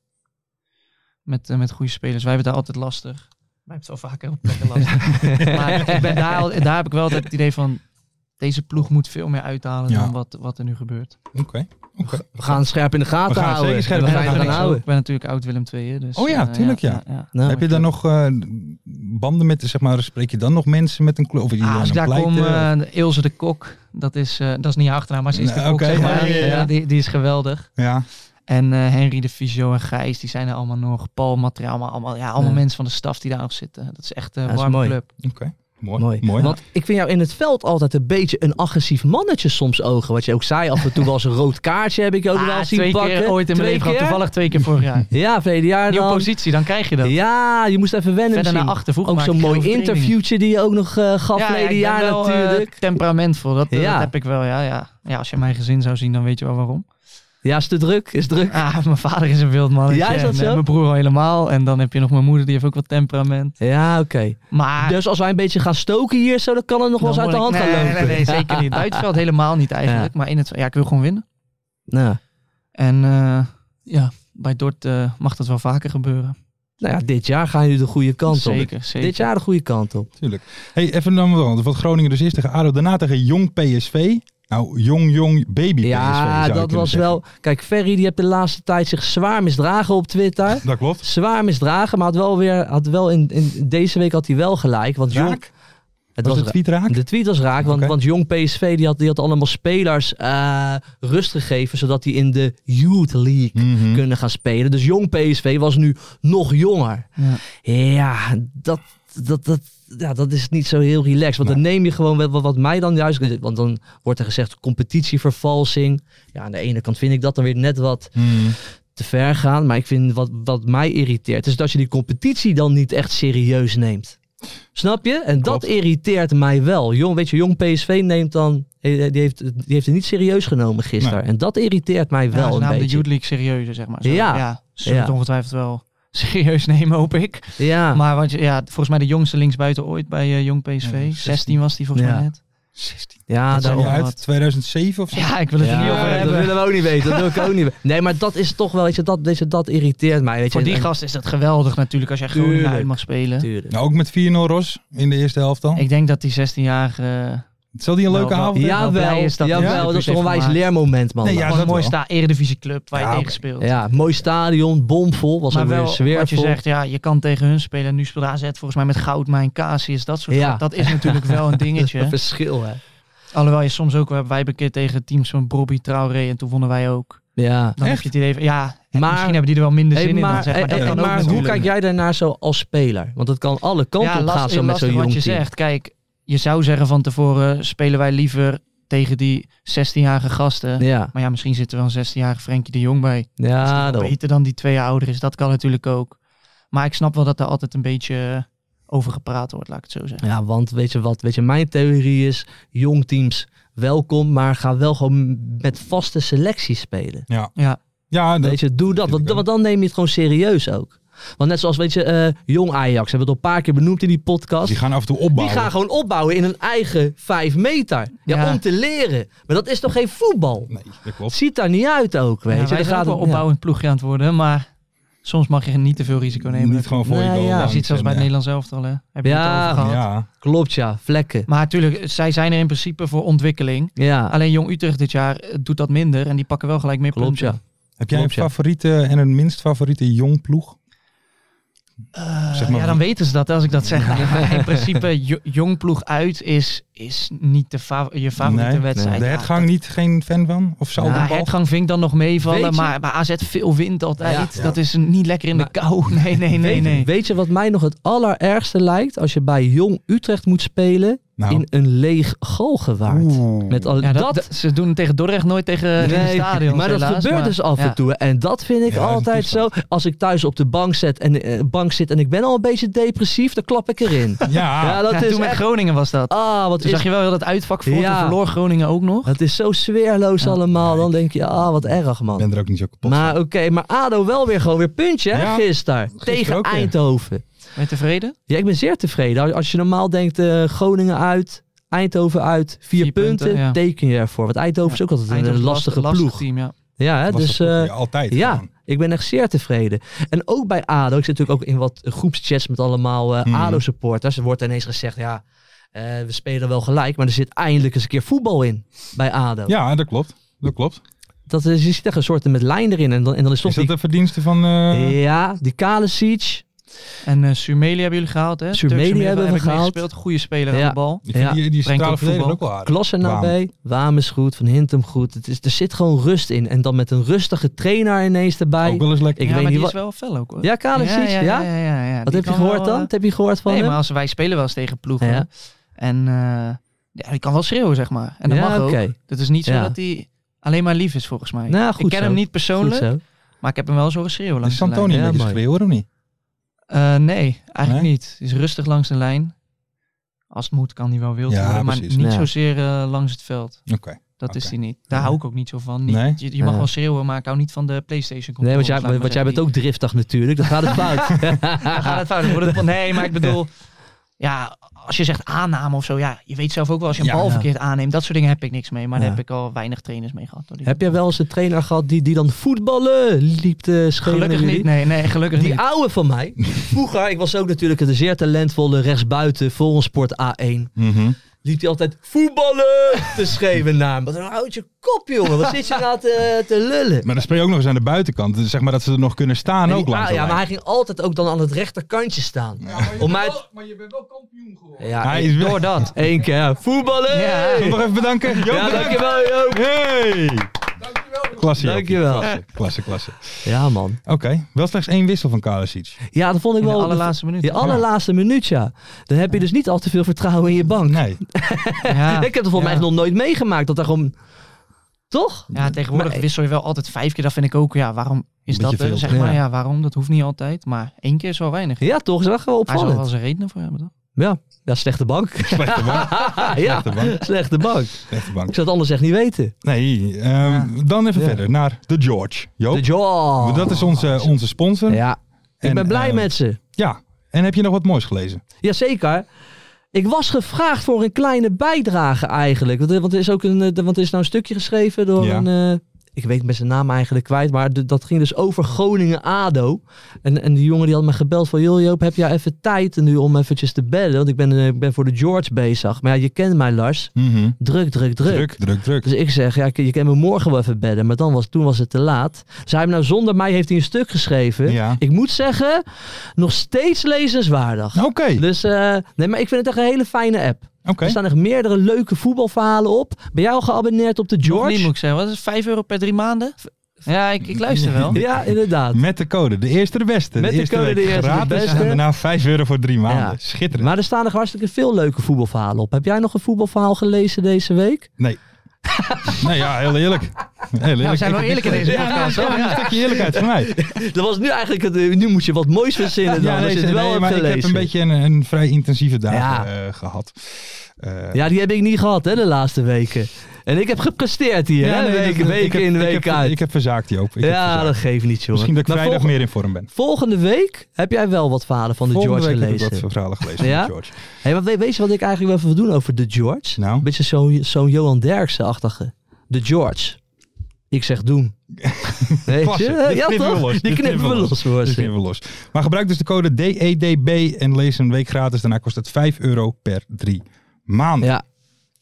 S9: Met, eh, met goede spelers. Wij hebben daar altijd lastig. Wij hebben het al vaker op plekken lastig.
S8: [LAUGHS]
S9: maar ik ben daar, al- daar heb ik wel altijd het idee van, deze ploeg moet veel meer uithalen
S7: Ja.
S9: dan wat, wat er nu gebeurt.
S7: Oké. oké.
S8: We gaan het scherp in de gaten
S7: We gaan het
S8: houden.
S7: zeker scherp
S8: we
S7: in de
S8: gaan het
S7: gaten
S8: gaan
S9: ik,
S8: houden.
S9: ben natuurlijk oud Willem II. hè, Dus,
S7: Oh ja,
S9: eh,
S7: tuurlijk, ja.
S8: Nou,
S7: Heb je daar nog eh, banden met, zeg maar, spreek je dan nog mensen met een club? Of die
S9: Ah,
S7: dan
S9: als ik
S7: een
S9: daar kom,
S7: pleiten?
S9: eh, Ilse de Kok, dat is, eh, dat is niet haar achternaam, maar ze is de
S7: Nee,
S9: kok,
S7: oké,
S9: zeg
S7: ja,
S9: maar.
S7: ja, ja, ja.
S9: Ja, die, die is geweldig.
S7: ja.
S9: En eh, Henry de Fysio en Gijs, die zijn er allemaal nog. Paul Materiaal, maar allemaal, ja, allemaal
S8: Ja.
S9: mensen van de staf die daar nog zitten. Dat is echt een
S8: Ja, dat is
S9: warme
S8: mooi.
S9: club.
S7: Oké. Mooi.
S8: Mooi. Want ik vind jou in het veld altijd een beetje een agressief mannetje soms ogen. Wat je ook zei, af en toe was een rood kaartje heb ik je ook wel
S9: Ah,
S8: eens zien
S9: twee
S8: pakken.
S9: keer ooit in
S8: Twee
S9: mijn leven gehad.
S8: keer?
S9: Toevallig twee keer vorig jaar.
S8: [LAUGHS] Ja, verleden jaar
S9: Die
S8: dan.
S9: positie, dan krijg je dat.
S8: Ja, je moest even wennen
S9: Verder naar
S8: misschien.
S9: achter. Vroeger
S8: Ook
S9: maakte
S8: zo'n
S9: ik
S8: mooi
S9: geen overtredingen.
S8: interviewtje die je ook nog eh gaf
S9: ik
S8: verleden
S9: ben
S8: jaar
S9: wel, eh,
S8: natuurlijk.
S9: temperamentvol, dat, eh,
S8: Ja.
S9: dat heb ik wel, ja, ja. Ja, als je mijn gezin zou zien, dan weet je wel waarom.
S8: ja, is te druk, is druk.
S9: Ah, mijn vader is een wild man.
S8: Ja, is dat
S9: en,
S8: zo?
S9: eh, Mijn broer al helemaal. En dan heb je nog mijn moeder, die heeft ook wat temperament.
S8: Ja, oké.
S9: Maar...
S8: Dus als wij een beetje gaan stoken hier zo, dan kan het nog wel
S9: Ah. dan
S8: eens uit de hand
S9: word ik-
S8: gaan
S9: nee,
S8: lopen.
S9: Nee, nee, zeker niet. Buitenveld helemaal niet eigenlijk. Maar in het... Ja, ik wil gewoon winnen.
S8: Nou,
S9: En eh, ja, bij Dort eh, mag dat wel vaker gebeuren.
S8: nou ja, dit jaar gaan jullie de goede kant op.
S9: zeker, zeker.
S8: Dit jaar de goede kant op.
S7: Tuurlijk. Hey, even dan wat anders. Wat Groningen dus is tegen ADO. Daarna tegen Jong PSV. Nou, Jong Jong Baby PSV zou
S8: ja,
S7: je
S8: dat
S7: kunnen
S8: was
S7: zeggen.
S8: wel... Kijk, Ferry die heeft de laatste tijd zich zwaar misdragen op Twitter.
S7: [LAUGHS] Dat klopt.
S8: Zwaar misdragen, maar had wel weer... Had wel in, in, deze week had hij wel gelijk. Want Jong,
S7: Raak?
S8: het
S7: Was
S8: was
S7: het
S8: ra-
S7: tweet raak?
S8: De tweet was raak, want,
S7: Oké.
S8: want jong PSV die had, die had allemaal spelers eh, rust gegeven, zodat die in de Youth League
S9: Hmm.
S7: Mhm.
S8: kunnen gaan spelen. Dus jong PSV was nu nog jonger.
S9: Ja.
S8: Ja, dat, dat, dat, ja, dat is niet zo heel relaxed. Want dan neem je gewoon wat, wat- wat mij dan juist. Want dan wordt er gezegd competitievervalsing. Ja, aan de ene kant vind ik dat dan weer net wat
S7: Mhm.
S8: te ver gaan. Maar ik vind wat, wat mij irriteert, is dat je die competitie dan niet echt serieus neemt. Snap je? En dat irriteert mij wel. Jong, weet je, jong PSV neemt dan. eh, Die heeft, die heeft het niet serieus genomen gisteren. En dat irriteert mij
S9: Ja, ze
S8: wel
S9: namen
S8: een
S9: de
S8: beetje.
S9: Youth League serieuzer, zeg maar. Zo,
S8: Ja.
S9: ze zullen
S8: Ja.
S9: het ongetwijfeld wel [LAUGHS] serieus nemen, hoop ik.
S8: Ja,
S9: Maar want, je- ja, volgens mij de jongste linksbuiten ooit bij eh, Jong PSV. 16. was die volgens
S8: Ja.
S9: mij net.
S8: ja
S7: Zijn
S9: dat
S8: daarom.
S7: die
S9: wel
S7: uit
S9: wat.
S7: 2007 of zo?
S9: Ja, ik wil het er niet
S8: Oh, Ja,
S9: over
S8: dat
S9: hebben.
S8: willen we ook niet weten. Dat wil ik ook niet weten. Nee, maar dat is toch wel, weet je, dat, weet je, dat irriteert mij. Weet je.
S9: Voor die
S8: En-
S9: gast is dat geweldig natuurlijk als jij Groningen
S8: Tuurlijk.
S9: uit mag spelen.
S8: Tuurlijk.
S7: Nou, ook met 4-0 Ros in de eerste helft dan.
S9: Ik denk dat die 16-jarige eh,
S7: Zal die een leuke
S9: Wel, wel-
S7: avond hebben?
S9: Ja,
S8: Nou, Jawel,
S9: blij is dat-
S7: Ja,
S8: jawel, dat is
S9: publiek
S8: toch een
S9: heeft
S8: wijs
S9: gemaakt.
S8: leermoment, man.
S7: Nee, ja,
S9: Gewoon een
S7: dat
S9: mooie
S7: wel.
S9: sta eredivisieclub waar
S7: Ja,
S9: je
S7: oké.
S9: tegen speelt.
S8: Ja, mooi stadion, bomvol. Was
S9: maar
S8: ook weer
S9: wel
S8: sfeervol.
S9: wat je zegt, ja, je kan tegen hun spelen. Nu speelt AZ volgens mij met Goudmijn, Casius, dat soort
S8: Ja.
S9: dingen. Dat is natuurlijk
S8: [LAUGHS]
S9: wel een
S8: Een
S9: dingetje.
S8: verschil, hè.
S9: Alhoewel je soms ook, wel hebt- wij hebben een keer tegen teams van Bobby Traoré en toen wonnen wij ook.
S8: Ja.
S9: Dan
S7: Echt?
S9: heb je het idee van, ja, en
S8: Maar-
S9: misschien hebben die er wel minder
S8: Hey,
S9: zin in dan,
S8: maar
S9: zeg maar.
S8: eh,
S9: Dat
S8: eh,
S9: kan ook
S8: maar hoe
S9: natuurlijk.
S8: kijk jij daarnaar zo als speler? Want het kan alle kanten op
S9: las-
S8: gaan zo met
S9: lastig
S8: zo'n jong
S9: wat je
S8: team.
S9: zegt. Kijk, je zou zeggen van tevoren spelen wij liever tegen die 16-jarige gasten.
S8: Ja, Ah,
S9: Maar ja, misschien zit er wel een 16-jarige Frenkie de Jong bij.
S8: ja
S9: Die
S8: dat,
S9: beter dan die twee jaar ouder is. Dat kan natuurlijk ook. Maar ik snap wel dat er altijd een beetje eh, over gepraat wordt, laat ik het zo zeggen.
S8: Ja, want weet je wat? Weet je, mijn theorie is: jong teams welkom, maar ga wel gewoon met vaste selecties spelen.
S7: Ja, dat-
S8: Weet je, doe dat,
S7: vind
S8: want,
S7: ik ook.
S8: want dan neem je het gewoon serieus ook. Want net zoals, weet je, eh, jong Ajax, hebben we het al een paar keer benoemd in die podcast.
S7: die
S8: Die gaan,
S7: gaan af en toe opbouwen.
S8: gewoon opbouwen in hun eigen vijf meter. Ja,
S9: Ja.
S8: om te leren. Maar dat is toch geen voetbal?
S7: Nee, dat klopt.
S8: Het ziet daar niet uit ook, weet
S9: Ja,
S8: je. Dan
S9: wij zijn ook
S8: gaat
S9: wel
S8: het-
S9: opbouwend ploegje aan het worden, maar soms mag je niet te veel risico nemen.
S7: Niet gewoon voor
S8: Nee,
S7: je goal.
S8: ja.
S9: ja,
S7: langs
S9: ziet zelfs
S7: en,
S9: bij
S7: eh,
S9: het Nederlands elftal, hè? Heb je
S8: Ja.
S9: het over gehad.
S7: Ja,
S8: Ja, klopt, ja. Vlekken.
S9: Maar natuurlijk, zij zijn er in principe voor ontwikkeling.
S8: Ja,
S9: Alleen Jong Utrecht dit jaar eh, doet dat minder en die pakken wel gelijk meer
S8: klopt,
S9: punten.
S8: ja.
S7: heb jij een
S8: klopt, ja.
S7: favoriete en een minst favoriete jong ploeg?
S9: Eh,
S7: Zeg maar-
S9: ja, dan weten ze dat hè, als ik dat zeg. Maar in principe, jo- jong ploeg uit is, is niet de fa- je favoriete
S7: Nee,
S9: wedstrijd.
S7: De
S9: Ja,
S7: hertgang niet geen fan van? Of zou
S9: Ja,
S7: ja,
S9: Hetgang vind ik dan nog meevallen,
S8: Weet je-
S9: maar bij AZ veel wind altijd.
S8: Ja.
S9: Dat is een- niet lekker in
S8: Maar-
S9: de kou. [LAUGHS] Nee, nee, nee,
S8: weet,
S9: nee.
S8: weet je wat mij nog het allerergste lijkt? Als je bij Jong Utrecht moet spelen
S7: Nou.
S8: in een leeg galgenwaard. Met al,
S9: Ja,
S8: dat,
S9: dat, dat- ze doen tegen Dordrecht nooit tegen eh, in de
S8: Nee,
S9: stadion.
S8: maar dat gebeurt dus af en toe. En dat vind ik
S7: Ja, dat is
S8: altijd zo. Als ik thuis op de bank, zet en, eh, bank zit en ik ben al een beetje depressief, dan klap ik
S7: [LAUGHS]
S8: erin.
S7: Ja,
S8: [LAUGHS] ja,
S9: Dat
S8: dat is
S9: toen met
S8: echt...
S9: Groningen was dat.
S8: Ah, wat
S9: Toen
S8: is...
S9: zag je wel heel dat uitvak voor.
S8: Ja.
S9: Toen verloor Groningen ook nog.
S8: Dat is zo sfeerloos
S9: Ja.
S8: allemaal. Dan denk je, ah, wat erg,
S7: ik
S8: man.
S7: ben er ook niet zo kapot.
S8: Maar oké, maar ADO wel weer gewoon weer puntje, hè,
S7: Ja,
S8: gisteren. Tegen
S7: ook weer.
S8: Eindhoven.
S9: Ben je tevreden?
S8: Ja, ik ben zeer tevreden. Als- Als je normaal denkt, eh, Groningen uit, Eindhoven uit, vier,
S9: Vier punten,
S8: punten,
S9: ja.
S8: teken je ervoor. Want Eindhoven is ook altijd een
S9: Eindhoven is
S8: lastige
S9: lastig- lastig
S8: ploeg.
S9: Team, ja.
S8: Ja, hè,
S7: Was
S8: dus...
S7: dat
S8: eh,
S7: goed? Ja, altijd.
S8: Ja,
S7: gewoon.
S8: ik ben echt zeer tevreden. En ook bij ADO, ik zit natuurlijk ook in wat groepschats met allemaal eh,
S7: Mhm.
S8: ADO-supporters. Er wordt ineens gezegd, ja, eh, we spelen wel gelijk, maar er zit eindelijk eens een keer voetbal in bij ADO.
S7: ja, dat klopt. Dat klopt.
S8: Dat is, je ziet echt een soort met lijn erin en dan, en dan is toch
S7: Is dat
S8: die...
S7: de verdienste van... eh,
S8: Ja, die Kalesic.
S9: En eh Sumeli hebben jullie gehaald, hè?
S8: Sumeli
S9: Turk
S8: hebben we
S9: heb ik
S8: gehaald.
S9: meegespeeld. Goede speler
S8: Ja.
S9: aan de bal.
S7: Ik vind
S8: Ja,
S7: die, die
S9: brengt
S7: centrale
S9: ook
S7: verdediger ook
S9: voetbal.
S7: wel aardig.
S8: Klassen nou
S7: Waam.
S8: bij. Waam is goed, Van Hintem goed. Het is, er zit gewoon rust in. En dan met een rustige trainer ineens erbij.
S7: Ook wel eens lekker.
S8: Ik
S9: ja,
S8: weet
S9: maar
S8: niet
S9: die
S8: wat...
S9: is wel fel ook, hoor.
S8: Ja, Kalesic, ja?
S9: ja, ja, ja, ja.
S8: Wat
S9: Die
S8: heb je
S9: kan
S8: gehoord
S9: wel,
S8: dan?
S9: eh,
S8: Wat heb je gehoord van
S9: Nee,
S8: hem?
S9: maar als wij spelen wel eens tegen ploegen.
S8: Ja.
S9: En eh, ja, die kan wel schreeuwen, zeg maar. En dat
S8: Ja,
S9: mag ook.
S8: oké.
S9: Het is niet zo
S8: Ja.
S9: dat hij alleen maar lief is, volgens mij.
S8: Nou, goed
S9: ik ken
S8: zo.
S9: hem niet
S8: Goed
S9: persoonlijk,
S8: zo.
S9: maar ik heb hem wel zo geschreeuwen
S7: Is
S9: langs de
S7: Santoni
S9: lijn.
S7: een
S8: Ja,
S7: beetje
S8: mooi.
S7: schreeuwen of niet?
S9: Eh, nee, eigenlijk
S7: Nee?
S9: niet. Hij is rustig langs de lijn. Als het moet, kan hij wel wild
S7: Ja,
S9: worden, maar
S7: precies.
S9: niet
S8: Ja.
S9: zozeer eh, langs het veld.
S7: Oké.
S9: Dat is
S7: Oké.
S9: hij niet. Daar hou ik ook niet zo van. Niet-
S7: Nee?
S9: Je, je mag
S8: Ja.
S9: wel schreeuwen, maar ik hou niet van de PlayStation.
S8: Nee, want
S9: controllers,
S8: jij,
S9: laat ik maar
S8: want jij
S9: zeggen.
S8: bent ook driftig natuurlijk. Dan gaat het [LAUGHS] fout.
S9: Dan gaat het fout. Dan wordt het- Nee,
S8: [LAUGHS]
S9: maar ik bedoel... Ja, als je zegt aanname of zo, ja, je weet zelf ook wel als je een
S7: Ja,
S9: bal
S7: ja.
S9: verkeerd aanneemt. Dat soort dingen heb ik niks mee, maar daar
S8: Ja.
S9: heb ik al weinig trainers mee gehad. hoor. Die-
S8: Heb jij wel eens een trainer gehad die, die dan voetballen liep te schelen?
S9: gelukkig
S8: jullie?
S9: niet. Nee, nee, gelukkig
S8: Die
S9: niet.
S8: oude van [LAUGHS] mij, vroeger, ik was ook natuurlijk een zeer talentvolle rechtsbuiten, volgens Sport A1,
S7: Mhm.
S8: liep hij altijd voetballen te schreeuwen naar hem. Wat een houd je kop, jongen. Wat zit je nou te, te lullen?
S7: Maar dan speel je ook nog eens aan de buitenkant. Dus Zeg maar dat ze er nog kunnen staan
S8: En die
S7: ook langs
S8: oude-
S7: de
S8: ja, maar
S7: lijn.
S8: hij ging altijd ook dan aan het rechterkantje staan. Om mij... maar je bent wel kampioen geworden. Ja,
S7: Hij
S8: één-
S7: is wel-
S9: Door
S8: [LAUGHS]
S9: dat.
S8: één keer. Voetballen!
S9: Ja.
S7: Zullen we nog even bedanken? Joop,
S8: Ja,
S7: bedankt.
S8: dankjewel Joop.
S7: Hey! Klasse, Joopie.
S8: Dankjewel.
S7: Klasse, klasse, klasse.
S8: Ja man.
S7: Oké, wel slechts één wissel van Kalasic.
S8: Ja, dat vond ik
S9: In de
S8: wel...
S9: allerlaatste minuut.
S8: Je allerlaatste minuut, ja. Dan heb je dus niet al te veel vertrouwen in je bank.
S7: Nee.
S9: Ja.
S8: [LAUGHS] Ik heb er volgens mij
S9: Ja.
S8: echt nog nooit meegemaakt dat daar gewoon... Toch?
S9: Ja, tegenwoordig
S8: Maar-
S9: wissel je wel altijd vijf keer. Dat vind ik ook, ja, waarom is
S7: Beetje
S9: dat er?
S7: veel,
S9: Zeg
S8: ja.
S9: maar, ja, waarom? Dat hoeft niet altijd, maar één keer is wel weinig.
S8: Ja, toch? Is dat gewoon
S9: Hij zal er wel
S8: opvallend.
S9: zijn redenen voor hebben, toch?
S8: Ja. ja, slechte bank.
S7: Slechte bank.
S8: ja,
S7: bank.
S8: slechte bank.
S7: Slechte
S8: Ik
S7: bank.
S8: zou het anders echt niet weten.
S7: Nee, ehm, dan even
S8: Ja.
S7: verder naar de George. Joop,
S8: De Oh, Jaw.
S7: Oh. dat is onze, onze sponsor.
S8: Ja, ik
S7: En,
S8: ben blij
S7: eh,
S8: met ze.
S7: Ja, en heb je nog wat moois gelezen?
S8: Jazeker. Ik was gevraagd eh, voor een kleine bijdrage eigenlijk. Want er, want er, is, ook een, eh, want er is nou een stukje geschreven door
S7: Ja.
S8: een eh, ik weet met zijn naam eigenlijk kwijt, maar de- dat ging dus over Groningen-ADO. En, en die jongen die had me gebeld van, joh Joop, heb jij even tijd nu om eventjes te bellen? Want ik ben, eh, ik ben voor de George bezig. Maar ja, je kent mij Lars.
S7: Mhm.
S8: Druk, druk, druk.
S7: Druk, druk, druk.
S8: Dus ik zeg, ja, je kan me morgen wel even bedden. Maar dan was, toen was het te laat. Dus hij heeft nou zonder mij heeft hij een stuk geschreven.
S7: Ja. Nou,
S8: Ik moet zeggen, nog steeds lezenswaardig.
S7: Oké,
S8: Dus eh, nee, maar ik vind het echt een hele fijne app.
S7: oké.
S8: Er staan echt meerdere leuke voetbalverhalen op. Ben jij al geabonneerd op de
S9: Nog niet,
S8: George?
S9: moet ik zeggen. Wat is het, 5 euro per drie maanden? Ja, ik, ik
S8: [LAUGHS]
S9: luister wel.
S8: Ja, inderdaad.
S7: Met de code, de eerste de beste.
S8: Met de
S7: eerste
S8: code,
S7: week
S8: de eerste de
S7: gratis
S8: beste.
S7: En daarna 5 euro voor drie maanden.
S8: Ja.
S7: Schitterend.
S8: Maar er staan nog hartstikke veel leuke voetbalverhalen op. Heb jij nog een voetbalverhaal gelezen deze week?
S7: Nee. nee, ja, heel eerlijk. Heel eerlijk.
S9: we Nou, zijn wel
S7: Ik-
S9: eerlijk in deze
S7: Ja,
S9: podcast,
S7: ja,
S9: hoor.
S7: Een
S9: Ja.
S7: stukje eerlijkheid van mij.
S8: Dat was nu eigenlijk, het, nu moet je wat moois verzinnen dan.
S7: Ja,
S8: als
S7: nee,
S8: je het wel
S7: nee,
S8: hebt
S7: maar ik heb
S8: gelezen.
S7: een beetje een, een vrij intensieve dagen
S8: Ja.
S7: eh, gehad. Eh,
S8: Ja, die heb ik niet gehad hè, de laatste weken. En ik heb gepresteerd hier,
S7: ja,
S8: hè?
S7: nee,
S8: weken
S7: dat-
S8: weken
S7: ik heb-
S8: in,
S7: ik
S8: week
S7: heb-
S8: uit.
S7: Ik heb verzaakt, Joop. Ik heb
S8: ja,
S7: verzaakt.
S8: dat geeft niet, jongen.
S7: Misschien dat ik
S8: Maar
S7: vrijdag
S8: volg-
S7: meer in vorm ben.
S8: Volgende week heb jij wel wat verhalen van de
S7: Volgende
S8: George
S7: week heb ik
S8: gelezen.
S7: wat verhalen gelezen
S8: Ja?
S7: van George.
S8: Hey, maar we- weet je wat ik eigenlijk wel even wil doen over de George?
S7: Nou?
S8: Een beetje zo'n zo'n Johan Derksen-achtige. De George. Ik zeg
S7: [LAUGHS]
S8: doen. Weet
S7: Klasse.
S8: je?
S7: Dit
S8: Ja,
S7: knippen we
S8: toch?
S7: los.
S8: Die
S7: Dit
S8: knippen we los,
S7: Dit
S8: Worst.
S7: knippen we los. Maar gebruik dus de code DEDB en lees een week gratis. Daarna kost het 5 euro per drie maanden.
S8: Ja.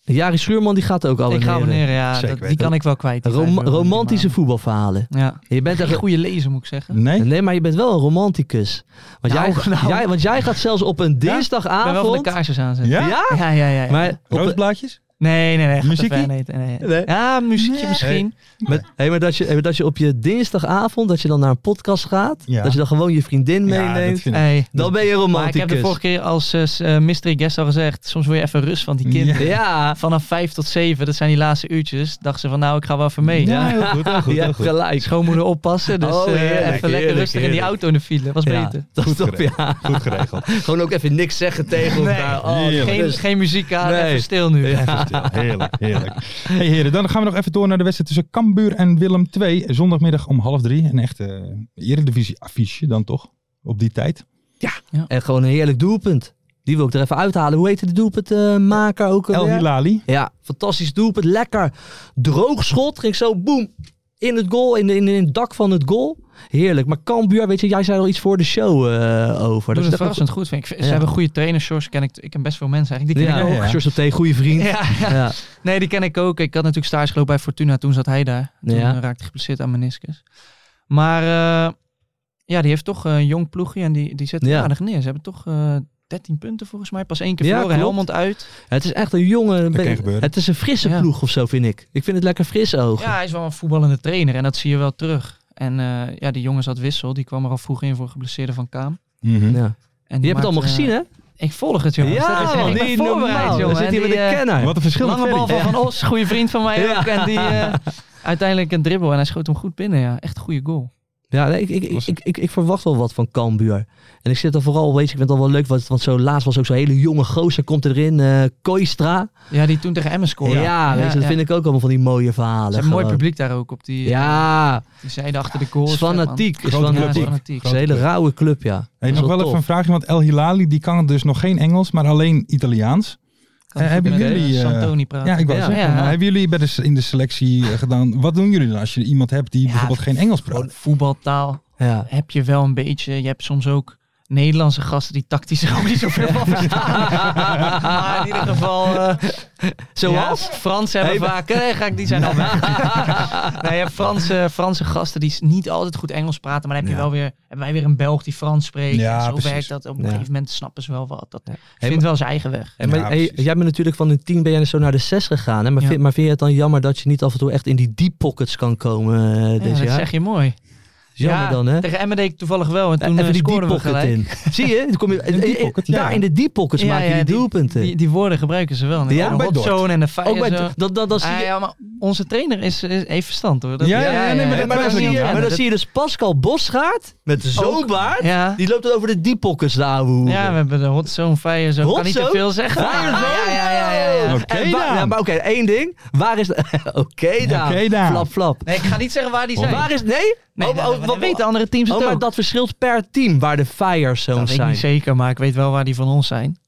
S8: Jari Schuurman die gaat ook
S9: Ik ga
S8: abonneren.
S9: abonneren, ja.
S7: Zeker
S9: dat- die
S7: weten.
S9: kan ik wel kwijt. die
S8: Rom-
S9: vijf euro per drie
S8: romantische voetbalverhalen.
S9: maanden. Ja.
S8: Je bent echt
S9: Geen goede lezer, moet ik zeggen.
S7: Nee?
S8: Nee, maar je bent wel een romanticus. Want,
S7: [LAUGHS]
S9: Nou,
S8: jij,
S9: nou.
S8: Jij, want jij gaat zelfs op een
S9: Ik ben wel van de
S8: dinsdagavond...
S9: kaarsjes aanzetten.
S7: Ja?
S8: ja?
S9: Ja, ja, ja. ja.
S8: Maar op,
S7: Roosblaadjes?
S9: nee, nee, nee. gaat
S7: Muziekie?
S9: er ver, Nee, nee, nee.
S8: Nee.
S9: Ja, muziekje misschien.
S8: met, hey, maar dat, je, hey, maar dat je op je dinsdagavond, dat je dan naar een podcast gaat,
S7: Ja.
S8: dat je dan gewoon je vriendin
S7: Ja, dat
S8: meeneemt,
S7: vind ik.
S9: Hey.
S8: dan ben je
S9: Maar ik
S8: romanticus.
S9: heb de vorige keer als eh, s- eh, mystery guest al gezegd, soms wil je even rust van die kinderen.
S8: Ja,
S9: [LAUGHS] Vanaf vijf tot zeven, dat zijn die laatste uurtjes, dacht ze van nou, ik ga wel even mee.
S7: Ja, heel goed, heel goed,
S8: je
S7: heel
S8: hebt
S7: goed.
S8: gelijk.
S9: Schoonmoeder oppassen, dus
S8: Oh,
S9: eh,
S8: heerlijk,
S9: even lekker
S8: heerlijk,
S9: rustig in die
S8: heerlijk.
S9: auto in de file. Was
S8: Ja,
S9: beter.
S8: dat is
S7: Goed
S8: top,
S7: geregeld.
S8: ja.
S7: Goed geregeld.
S8: Gewoon ook even niks zeggen tegen elkaar. Oh,
S7: heerlijk.
S9: Geen,
S8: dus-
S9: geen muziek aan,
S8: Nee.
S9: even stil nu.
S7: Even stil. Heerlijk, heerlijk. Hey heren, dan gaan we nog even door naar de wedstrijd tussen Cambuur en Willem II. Zondagmiddag om half drie. Een echte eredivisie affiche dan toch? Op die tijd.
S8: En gewoon een heerlijk doelpunt. Die wil ik er even uithalen. Hoe heette de doelpuntmaker eh, ook
S7: El
S8: alweer?
S7: Hilali.
S8: Ja, fantastisch doelpunt. Lekker droog schot. Ging zo boem. In het goal, in, in, in het dak van het goal. Heerlijk. Maar Cambuur, weet je, jij zei al iets voor de show eh, over.
S9: Dat
S8: is
S9: is
S8: echt
S9: verrassend goed, vind ik. Ze
S8: Ja.
S9: hebben goede trainers, Sjors ken ik. Ik ken best veel mensen eigenlijk. Die
S8: Ja,
S9: ken ik
S8: ja,
S9: ook.
S8: ja. Sjors op thee, goede vriend.
S9: Ja, ja.
S8: Ja.
S9: Nee, die ken ik ook. Ik had natuurlijk stage gelopen bij Fortuna. Toen zat hij daar. Toen
S8: Ja.
S9: eh, raakte hij geblesseerd aan meniscus. Maar eh, ja, die heeft toch een jong ploegje. En die, die zet
S8: Ja.
S9: aardig neer. Ze hebben toch eh 13 punten volgens mij. Pas één keer
S8: Ja,
S9: verloren.
S8: klopt.
S9: Helmond uit.
S8: Het is echt een jonge...
S7: kan gebeuren.
S8: het is een frisse
S9: Ja.
S8: ploeg of zo, vind ik. Ik vind het lekker fris ogen.
S9: Ja, hij is wel een voetballende trainer. En dat zie je wel terug. En eh, ja, die jongens had Wissel. Die kwam er al vroeg in voor geblesseerde van Kaam.
S7: Mhm.
S8: Ja.
S9: En
S8: Je hebt het allemaal
S9: maakt, eh,
S8: gezien, hè?
S9: Ik volg het, jongens. dat is echt
S8: man,
S9: mijn
S8: niet
S9: voorbereid,
S8: normaal.
S9: jongen.
S8: Dan zit
S9: En
S8: hier
S9: die,
S8: met een
S9: eh,
S8: kenner.
S7: Wat een verschil. met
S9: Lange
S7: Ferry.
S9: bal van Van Os, goede vriend van
S8: [LAUGHS]
S9: mij
S8: Ja.
S9: ook. En die eh, uiteindelijk een dribbel en hij schoot hem goed binnen. Ja. Echt een goede goal.
S8: Ja, nee, ik, ik,
S7: Was-
S8: ik, ik, ik verwacht wel wat van Cambuur. En ik zit er vooral, weet je, ik vind het al wel leuk, want, want zo laatst was ook zo'n hele jonge gozer, komt erin, eh Koistra.
S9: Ja, die toen tegen Emmen scoorde.
S8: Ja, weet je, dat vind ik ook allemaal van die mooie verhalen.
S9: Ze hebben een mooi
S8: gewoon.
S9: publiek daar ook op die,
S8: Ja,
S9: die zijde achter de goal.
S8: is fanatiek. Is
S7: Grote
S9: Ja,
S8: fanatiek.
S7: club, hoor.
S9: is fanatiek.
S8: Het is een hele rauwe club, ja. Dat
S7: Hey,
S8: is
S7: nog wel even
S8: tof.
S7: een vraagje, want El Hilali die kan dus nog geen Engels, maar alleen Italiaans.
S9: Kan
S7: Eh,
S9: goed
S7: hebben
S9: met,
S7: jullie,
S9: eh,
S7: eh,
S9: Santoni praten.
S7: Ja, ik wou
S8: Ja.
S7: zeggen.
S9: Ja.
S7: maar Hebben jullie bij de, s- in de selectie eh, gedaan, wat doen jullie dan als je iemand hebt die
S8: Ja,
S7: bijvoorbeeld geen Engels praat?
S9: Voetbaltaal
S8: Ja.
S9: heb je wel een beetje. Je hebt soms ook Nederlandse gasten die tactisch er ook niet zoveel van
S8: [LAUGHS]
S9: verstaan. maar in ieder geval... eh,
S8: Zoals?
S9: Ja, Frans hebben
S8: Hey,
S9: vaak. Nee, ga ik, die
S8: [LAUGHS]
S9: zijn al weg. nee, je hebt Franse, Franse gasten die s- niet altijd goed Engels praten. Maar dan heb je
S7: Ja.
S9: wel weer, hebben wij weer een Belg die Frans spreekt.
S7: Ja,
S9: En zo
S7: precies.
S9: werkt dat. Op een
S8: Ja.
S9: gegeven moment snappen ze wel wat. Dat
S8: Ja.
S9: vindt
S8: maar-
S9: wel zijn eigen weg.
S8: En maar,
S7: Ja,
S8: hey,
S7: precies.
S8: jij bent natuurlijk van een 10 ben jij zo naar de 6 gegaan. Hè? Maar,
S9: Ja.
S8: vind, maar vind je het dan jammer dat je niet af en toe echt in die deep pockets kan komen eh,
S9: Ja,
S8: dit
S9: dat
S8: jaar?
S9: zeg je mooi.
S8: Jammer
S9: Ja,
S8: dan, hè?
S9: Tegen Emmen deed ik toevallig wel. En toen
S8: Even
S9: eh,
S8: die deep
S9: scoorden we
S8: pocket
S9: gelijk.
S8: in. [LAUGHS] Zie je? Dan kom je eh,
S7: deep
S8: eh,
S7: pocket, ja.
S8: Daar in de deep pockets
S9: Ja,
S8: maak je
S9: ja,
S8: die,
S9: die-
S8: doelpunten.
S9: Die, die woorden gebruiken ze wel.
S8: Ja,
S9: de
S7: bij Dordt.
S9: hotzone en de vijf.
S8: ook bij,
S9: en zo.
S8: dat, dat, dat zie
S9: Ah,
S8: je,
S9: ja, maar onze trainer is, is, heeft verstand hoor. Dat-
S7: Ja, ja, ja, nee, maar
S8: maar,
S7: dat wij
S8: dan
S7: zijn
S8: zie
S7: niet
S8: je, maar
S7: aan.
S8: dan zie je dus Pascal Bosgaard met zo'n
S9: Ook.
S8: baard.
S9: Ja.
S8: Die loopt dan over de deep pockets, de ouwe hoeren.
S9: Ja, we hebben de hot zone fire zo. Ik kan niet te
S8: Hotzone?
S9: veel zeggen.
S8: Waar is
S9: ja,
S8: hij?
S9: ja, ja, ja, ja.
S7: Oké
S8: En waar-
S7: dan.
S8: ja, maar oké, één ding. Waar is... [LAUGHS] de- Oké dan.
S7: Oké dan.
S8: Flap, flap.
S9: Nee, ik ga niet zeggen waar die zijn.
S8: Waar is... Nee?
S9: Nee,
S8: Oh,
S9: dat-
S8: oh,
S9: dat
S8: wat-
S9: weten andere teams het
S8: Oh, maar
S9: ook.
S8: dat verschilt per team waar de fire
S9: dat
S8: zones
S9: weet ik
S8: zijn.
S9: niet zeker, maar ik weet wel waar die van ons zijn.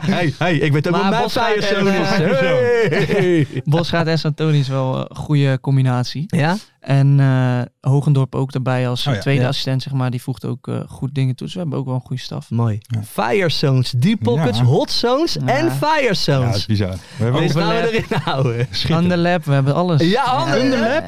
S8: hey, hey, ik weet ook
S9: Maar
S8: wat mijn
S9: Bosschaar
S8: vrije
S9: en,
S8: zoon is.
S9: eh,
S8: Hey.
S9: Bosgaard en Santoni is wel een goede combinatie.
S8: Ja?
S9: En eh, Hogendorp ook daarbij als
S7: Oh ja,
S9: tweede
S8: ja.
S9: assistent, zeg maar. Die voegt ook eh, goed dingen toe. Dus we hebben ook wel een goede staf.
S8: Mooi. Fire zones, deep pockets,
S7: Ja.
S8: hot zones en fire
S7: Ja, dat is
S8: zones.
S7: bizar. We hebben
S8: Dit
S7: ook
S8: gaan we
S9: overlap.
S8: nou erin houden.
S9: Underlap, we hebben alles.
S8: Ja, Under- Underlap?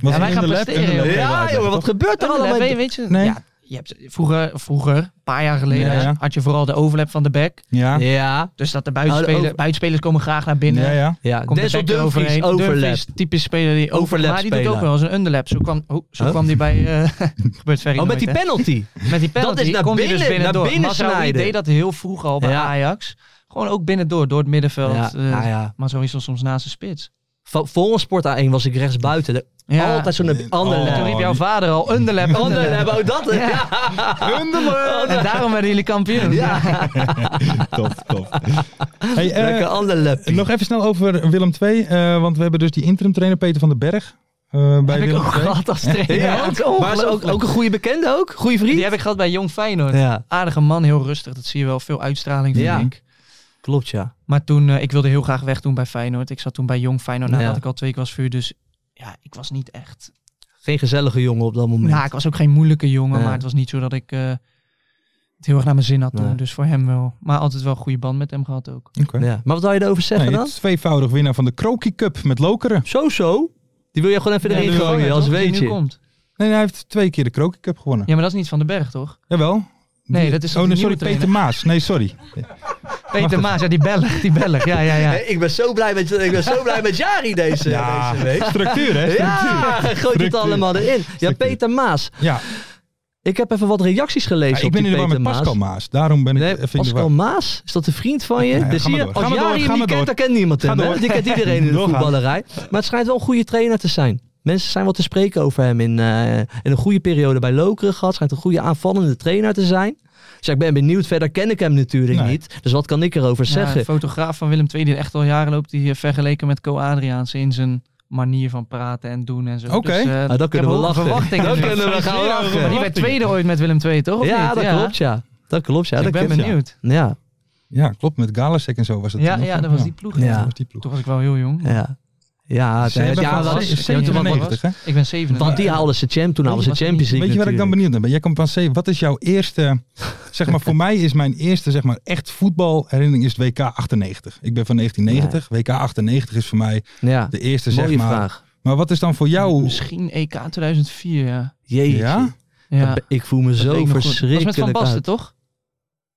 S7: wat
S9: Ja, wij
S7: in
S9: gaan
S7: de lab
S9: presteren,
S7: en in de
S9: joh.
S7: lab
S8: Ja,
S7: laten.
S8: jongen, wat gebeurt er allemaal?
S9: Underlap, weet,
S8: in-
S9: je- weet je?
S7: Nee.
S9: Ja, je hebt, vroeger, vroeger, een paar jaar geleden,
S7: Ja, ja.
S9: had je vooral de overlap van de back.
S7: Ja,
S8: Ja,
S9: Dus dat de
S8: Oh, de
S9: buitenspelers,
S8: over-
S9: buitenspelers komen graag naar binnen.
S7: ja, ja.
S8: ja.
S9: Komt
S8: Denzel
S9: de back
S8: Dumfries,
S9: eroverheen.
S8: overlap.
S9: Dumfries, typische speler die
S8: Overlap
S9: overlap. Maar die doet
S8: speler.
S9: ook wel eens een underlap. Zo kwam, oh, zo
S8: Huh?
S9: kwam die bij. eh, [LAUGHS] gebeurt verder
S8: Oh, met die penalty.
S9: Met die penalty
S8: Dat is naar
S9: komt hij
S8: binnen-
S9: dus binnen
S8: naar
S9: door.
S8: binnen
S9: Mazraoui
S8: snijden.
S9: deed dat heel vroeg al bij
S8: Ja.
S9: Ajax. Gewoon ook binnendoor, door het middenveld.
S8: Ja,
S9: eh,
S8: nou ja.
S9: Maar zo is dat soms naast de spits.
S8: Vo- Volgens Sport A1 was ik rechts buiten. Er-
S9: Ja.
S8: Altijd zo'n ander
S7: Oh.
S9: En toen
S8: lab.
S9: riep jouw vader al underlap,
S8: Ander lab,
S9: underlap.
S8: oh dat. hè? Ja.
S9: En daarom werden jullie kampioen.
S8: Ja.
S7: Top, top. Hey, eh,
S8: Lekker ander lab.
S7: nog even snel over Willem II. eh, want we hebben dus die interim trainer Peter van den Berg. eh, bij
S9: Heb ik
S7: Willem
S9: ook
S7: II.
S9: gehad als [LAUGHS] trainer.
S8: Ja,
S9: Dat
S8: maar
S9: is
S8: is ook,
S9: ongelooflijk.
S8: ook een goede bekende ook. Goede vriend.
S9: Die heb ik gehad bij Jong Feyenoord.
S8: Ja,
S9: Aardige man, heel rustig. Dat zie je wel. Veel uitstraling, vind
S8: Ja.
S9: ik.
S8: klopt ja.
S9: Maar toen, eh, ik wilde heel graag weg toen bij Feyenoord. Ik zat toen bij Jong Feyenoord nadat
S8: Ja.
S9: ik al twee keer was vuur. Dus ja, ik was niet echt...
S8: Geen gezellige jongen op dat moment.
S9: Nou, ik was ook geen moeilijke jongen.
S8: Ja.
S9: Maar het was niet zo dat ik eh, het heel erg naar mijn zin had toen.
S8: Nee.
S9: Dus voor hem wel. Maar altijd wel een goede band met hem gehad ook.
S7: Oké.
S8: ja. Maar wat wil je erover zeggen
S7: Nee, het
S8: dan?
S7: is tweevoudig winnaar van de Kroki Cup met Lokeren.
S8: Zo zo. Die wil je gewoon even
S9: Ja,
S8: erin
S9: die
S8: gooien
S9: jongen,
S8: als
S9: toch, die
S8: weet
S9: nu
S8: je.
S9: komt.
S7: Nee, hij heeft twee keer de Kroki Cup gewonnen.
S9: Ja, maar dat is niet van de
S8: [LAUGHS]
S9: berg, toch?
S7: Jawel.
S9: Nee,
S7: Die-
S9: dat is
S7: Oh,
S9: die
S7: nee, sorry,
S9: nieuwe trainer.
S7: Peter Maas. Nee, sorry.
S9: Peter Maas, ja, die Belg. Die Belg, ja, ja, ja.
S8: Hé, ik ben zo blij met, ik ben zo blij met Jari deze,
S7: Ja,
S8: deze week.
S7: [LAUGHS] structuur, hè?
S8: Ja, gooit het
S7: Structuur.
S8: allemaal erin. Ja,
S7: Structuur.
S8: Peter Maas.
S7: Ja,
S8: Ik heb even wat reacties gelezen
S7: Ja, ik
S8: op
S7: ben
S8: die
S7: in de war
S8: Peter
S7: met
S8: Maas.
S7: Pascal Maas. Daarom ben ik
S8: Nee,
S7: even in de war.
S8: Pascal Maas, is dat een vriend van je?
S7: Ja, ja,
S8: dus
S7: ga
S8: zie
S7: maar
S8: je,
S7: door.
S8: als
S7: Ga maar
S8: Jari
S7: door,
S8: hem
S7: ga
S8: niet
S7: maar
S8: kent,
S7: door.
S8: dan kent niemand hem.
S7: Ga
S8: hè?
S7: door.
S8: Die kent iedereen in de
S7: Doorgaan.
S8: voetballerij. Maar het schijnt wel een goede trainer te zijn. Mensen zijn wat te spreken over hem. In, eh, in een goede periode bij Lokeren gehad. Schijnt een goede aanvallende trainer te zijn. Dus ja, ik ben benieuwd. Verder ken ik hem natuurlijk
S7: Nee.
S8: niet. Dus wat kan ik erover
S9: Ja,
S8: zeggen?
S9: een fotograaf van Willem II die er echt al jaren loopt, die eh, vergeleken met Co Adriaans in zijn manier van praten en doen en zo.
S7: Oké.
S9: Dus, eh,
S8: dat kunnen
S9: ik heb
S8: we
S9: hoge
S8: lachen.
S9: Verwachtingen
S8: Dat
S9: nu.
S8: kunnen we gaan
S7: Zeer hoge
S8: lachen.
S9: Maar die werd
S7: verwachtingen.
S9: tweede ooit met Willem II, toch? Of
S8: Ja,
S9: niet?
S8: dat klopt ja. Dat klopt ja.
S9: Dus
S8: Dat
S9: ik ben
S8: klopt, ja.
S9: benieuwd.
S8: Ja,
S7: Ja, klopt. Met Galasek en zo was het.
S9: Ja,
S7: nog,
S9: ja,
S7: hè?
S9: dat was die ploeg.
S8: Ja.
S7: Ja, dat was die ploeg.
S9: Toen was ik wel heel jong.
S8: ja. Ja,
S7: Ze hebben
S8: ja,
S7: van
S8: dat
S9: was-
S8: is-
S7: 97, hè?
S9: Ik ben 7.
S8: want die haalden ze champ, toen haalden ze
S9: was het
S8: Champions
S9: niet.
S8: League
S7: Weet je waar ik dan
S8: natuurlijk.
S7: benieuwd naar ben? Jij komt van C. Wat is jouw
S8: [LAUGHS]
S7: eerste... Zeg maar, voor mij is mijn eerste zeg maar, echt voetbalherinnering is het WK 98. Ik ben van 1990. WK 98 is voor mij
S8: Ja,
S7: de eerste,
S8: mooie
S7: zeg maar.
S8: vraag.
S7: Maar wat is dan voor jou...
S9: Misschien E EK 2004, ja.
S8: Jeetje.
S7: Ja?
S9: ja.
S8: Dat be- Ik voel me
S9: Dat weet
S8: zo
S9: ik nog goed. Dat was
S8: verschrikkelijk
S9: met Van Basten,
S8: uit.
S9: toch? Of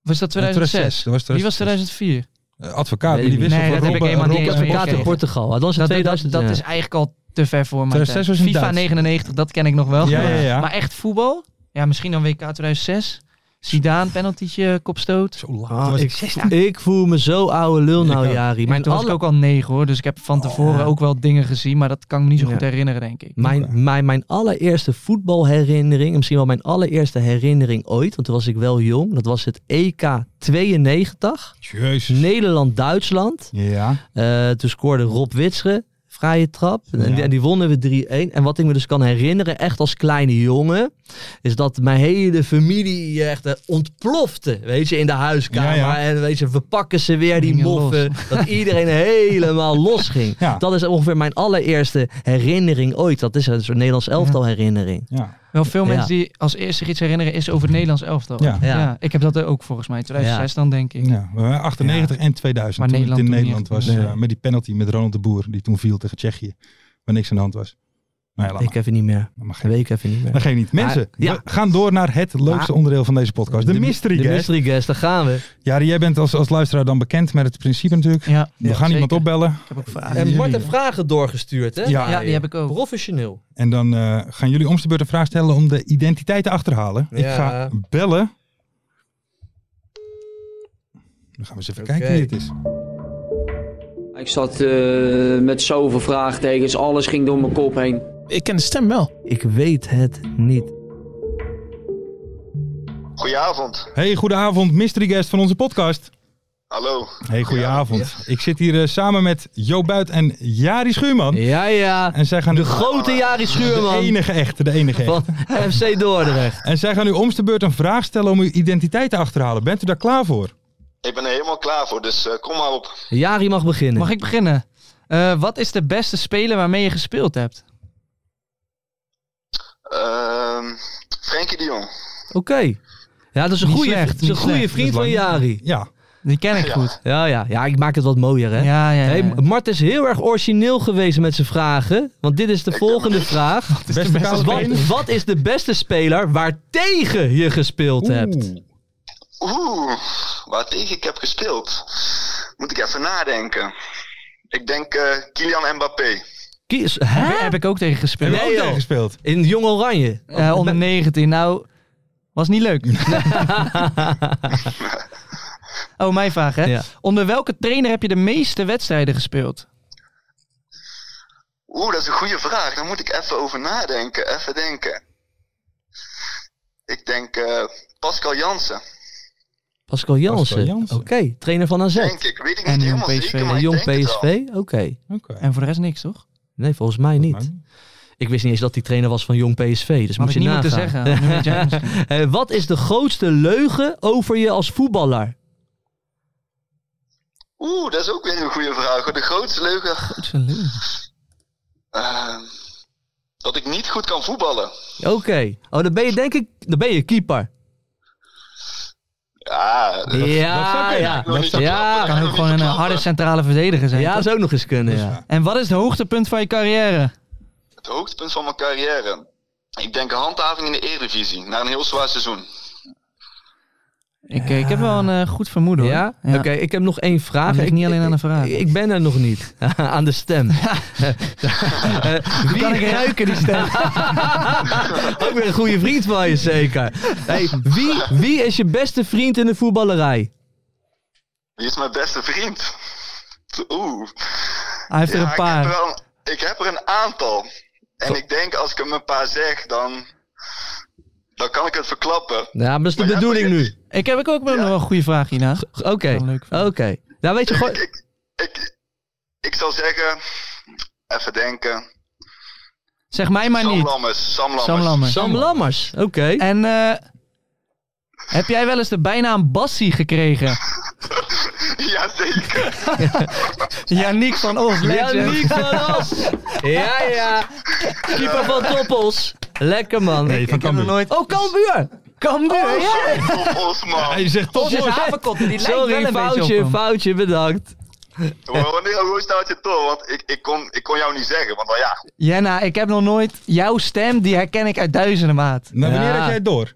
S8: Eh,
S9: is dat 2006?
S7: Dat was
S9: Die was 2004.
S7: Eh, Advocaat,
S8: Weet ik
S7: die
S8: niet.
S7: wissel
S9: Nee,
S7: van
S9: dat heb ik
S7: Robben-
S9: helemaal niet
S7: Robben-
S9: eens meer.
S8: Advocaat in
S9: Oké.
S8: Portugal. Dat was in
S9: Dat, dat,
S8: 2000.
S9: dat, dat
S8: ja.
S9: is eigenlijk al te ver voor mij.
S7: 2006 was in
S9: FIFA
S7: Duits.
S9: 99, dat ken ik nog wel.
S7: Ja, ja, ja.
S9: Maar echt voetbal? Ja, misschien dan WK 2006. Zidane, penaltytje, kopstoot.
S7: Zo laat.
S8: Ah,
S7: was
S8: ik,
S7: ik
S8: ik voel me zo oude lul nou,
S7: ook.
S8: Jari.
S9: Mijn
S8: Mijn,
S9: toen was
S8: alle-
S9: ik ook al negen hoor, dus ik heb van tevoren ook wel dingen gezien, maar dat kan ik me niet zo
S8: Ja.
S9: goed herinneren, denk ik.
S8: mijn, mijn, mijn allereerste voetbalherinnering, en misschien wel mijn allereerste herinnering ooit, want toen was ik wel jong, dat was het E EK 92,
S7: Jezus.
S8: Nederland-Duitsland.
S7: Ja.
S8: Eh, toen scoorde Rob Witsche, vrije trap. En, die,
S7: Ja.
S8: en die wonnen we 3-1. En wat ik me dus kan herinneren, echt als kleine jongen, is dat mijn hele familie echt eh, ontplofte. Weet je, in de huiskamer.
S7: Ja, ja.
S8: En weet je, we pakken ze weer die
S9: Dingen
S8: moffen. Dat
S7: [LAUGHS]
S8: iedereen helemaal los ging.
S7: Ja.
S8: Dat is ongeveer mijn allereerste herinnering ooit. Dat is een soort Nederlands elftal herinnering.
S7: ja.
S9: Wel veel
S8: Ja.
S9: mensen die als eerste zich iets herinneren is over het Nederlands elftal.
S7: Ja.
S8: Ja.
S9: ik heb dat ook volgens mij, 2006 dan denk ik.
S7: Ja, we waren 98 en 2000
S9: Maar
S7: toen
S9: Nederland
S7: het in
S9: toen
S7: Nederland
S9: niet
S7: was.
S9: echt,
S7: eh, met die penalty met Ronald de Boer die toen viel tegen Tsjechië. Waar niks aan de hand was. Maar ja, laat
S8: Ik
S7: maar.
S8: even niet meer.
S7: Dat mag
S8: Dat
S7: geen.
S8: weet ik even niet
S7: Dat
S8: meer.
S7: geeft niet. Mensen,
S8: Maar- ja.
S7: we gaan door naar het leukste onderdeel van deze podcast. De, mystery
S8: De
S7: guest.
S8: mystery guest, daar gaan we.
S7: Ja, jij bent als, als luisteraar dan bekend met het principe natuurlijk.
S9: Ja,
S7: We
S9: ja,
S7: gaan iemand
S9: zeker.
S7: opbellen
S9: Ik heb ook vragen.
S8: En Bart heeft vragen doorgestuurd, hè?
S7: Ja.
S9: Ja, die heb ik ook.
S8: Professioneel.
S7: en dan eh, gaan jullie om de beurt een vraag stellen om de identiteit te achterhalen. Ik
S8: Ja.
S7: ga bellen. Dan gaan we eens even kijken wie het is.
S10: Ik zat eh, met zoveel vraagtekens, alles ging door mijn kop heen.
S11: Ik ken de stem wel.
S8: Ik weet het niet.
S12: Goedenavond.
S7: Hey, goedenavond, mystery guest van onze podcast.
S11: Hallo.
S7: Hey, goedenavond. Ik zit hier eh, samen met Jo Buit en Jari Schuurman.
S8: Ja, ja.
S7: En zij gaan
S8: De grote Jari
S7: De
S8: Schuurman.
S7: enige echte, de enige echte.
S8: Van FC Dordrecht.
S7: En zij gaan u om de beurt een vraag stellen om uw identiteit te achterhalen. Bent u daar klaar voor?
S11: Ik ben er helemaal klaar voor, dus eh, kom maar op.
S8: Jari mag beginnen.
S9: Mag ik beginnen? Eh, wat is de beste speler waarmee je gespeeld hebt?
S11: Ehm Frenkie de Jong.
S8: Oké. Ja, dat is een
S9: Niet
S8: goede,
S9: slecht,
S8: dat is een
S9: niet
S8: goede
S9: slecht.
S8: vriend
S7: Dat
S8: van
S7: is lang.
S8: Jari.
S7: Ja.
S9: Die ken ik
S11: Ja.
S9: goed.
S8: Ja, ja. ja, ik maak het wat mooier, hè?
S9: Ja, ja, ja.
S8: Hey,
S9: ja.
S8: Mart is heel erg origineel geweest met zijn vragen. Want dit is de volgende vraag.
S7: Beste kale been.
S8: Wat, wat is de beste speler waartegen je gespeeld hebt?
S7: Oeh.
S11: Oeh, waar tegen ik heb gespeeld. Moet ik even nadenken. Ik denk eh Kylian Mbappé.
S8: Kies, hè?
S9: Heb, heb ik ook tegen gespeeld.
S7: Hebben we
S8: Nee,
S7: ook
S8: joh.
S7: gespeeld?
S8: In Jong Oranje.
S9: Eh, onder 19. Nou, was niet
S8: [LAUGHS]
S9: leuk. oh, mijn vraag, hè?
S8: Ja.
S9: Onder welke trainer heb je de meeste wedstrijden gespeeld?
S11: Oeh, dat is een goede vraag. Daar moet ik even over nadenken. Even denken. Ik denk eh, Pascal Jansen.
S8: Pascal Jansen.
S7: Pascal
S8: Oké,
S7: Jansen.
S8: Trainer van AZ.
S11: Denk ik. Weet ik
S9: En
S11: niet
S9: jong
S11: helemaal
S9: PSV.
S11: zeker, maar
S8: En
S11: ik
S8: jong
S11: denk het wel.
S8: PSV. Oké.
S7: Oké.
S9: En voor de rest niks, toch?
S8: Nee, volgens mij niet.
S7: Maar-
S8: Ik wist niet eens dat die trainer was van Jong PSV. Dus
S9: Maar
S8: moet
S9: had
S8: je
S9: ik niet moeten
S8: nagaan.
S9: zeggen. Nu weet jij het misschien.
S8: [LAUGHS] Eh, wat is de grootste leugen over je als voetballer?
S11: Oeh, dat is ook weer een goede vraag. hoor. De grootste leugen.
S9: Goed zo leuk.
S11: ehm, dat ik niet goed kan voetballen.
S8: Oké. Oh, dan ben je denk ik... Dan ben je keeper.
S11: Ja, dat is
S7: dat zou
S8: ja,
S7: kunnen.
S8: ja.
S11: nog niet zo
S8: Ja,
S11: knap.
S9: Kan
S11: Dat nog
S9: ook
S11: niet
S9: gewoon
S11: zo
S9: een
S11: knap,
S9: harde
S11: hè.
S9: centrale verdediger zijn.
S8: Ja,
S9: toch?
S8: dat zou ook nog eens kunnen, ja.
S9: En wat is het hoogtepunt van je carrière?
S11: Het hoogtepunt van mijn carrière. Ik denk een handhaving in de Eredivisie. Na een heel zwaar seizoen.
S9: Ik, eh, ik heb wel een eh, goed vermoeden, hoor.
S8: Ja? Oké, ik heb nog één vraag.
S9: Het ligt
S8: Ik-
S9: niet alleen aan de vraag.
S8: Ik, ik ben er nog niet.
S9: [LAUGHS]
S8: [LAUGHS] aan de stem. [LAUGHS] Eh,
S9: Die kan ik ruiken, die stem.
S8: [LAUGHS] ook weer een goede vriend van je, zeker. Hey, wie, wie is je beste vriend in de voetballerij?
S11: Wie is mijn beste vriend? [LAUGHS] Oeh.
S9: Hij heeft er
S11: Ja,
S9: een paar.
S11: Ik heb er, wel een, ik heb er een aantal. En ik denk als ik hem een paar zeg, dan, dan kan ik het verklappen.
S8: Ja, maar dat is de
S11: Maar jij
S8: bedoeling nu.
S11: begint-
S9: Ik heb ook wel nog wel een goede vraag hierna.
S8: Oké,
S9: Dat is wel leuk.
S8: oké. Nou weet je
S11: [LAUGHS]
S8: gewoon...
S11: Ik, ik zal zeggen, even denken.
S9: Zeg mij maar
S11: Sam
S9: niet.
S11: Lammers. Sam Lammers.
S9: Sam
S11: [LAUGHS]
S9: Lammers.
S8: Sam Lammers, oké.
S9: En eh, heb jij wel eens de bijnaam Bassie gekregen?
S11: Jazeker.
S9: Yannick van Os.
S8: Yannick van Os. Ja, ja. Keeper van Toppels. Lekker, man.
S7: Nee, van Cambuur.
S9: nooit.
S8: Oh, Cambuur.
S9: Cambuur, ja.
S11: Top Osman.
S7: Hij zegt toch
S9: Os is
S7: hoor.
S9: havenkotten, Oh. die lijkt wel
S8: Sorry,
S9: een beetje
S8: foutje,
S9: op hem.
S8: foutje, bedankt.
S11: Wanneer hoe staat je toch? Want ik, ik, kon, ik kon jou niet zeggen. Want nou ja,
S9: Jenna, ik heb nog nooit jouw stem, die herken ik uit duizenden maat.
S7: Nou, wanneer
S8: Ja.
S7: had jij het door?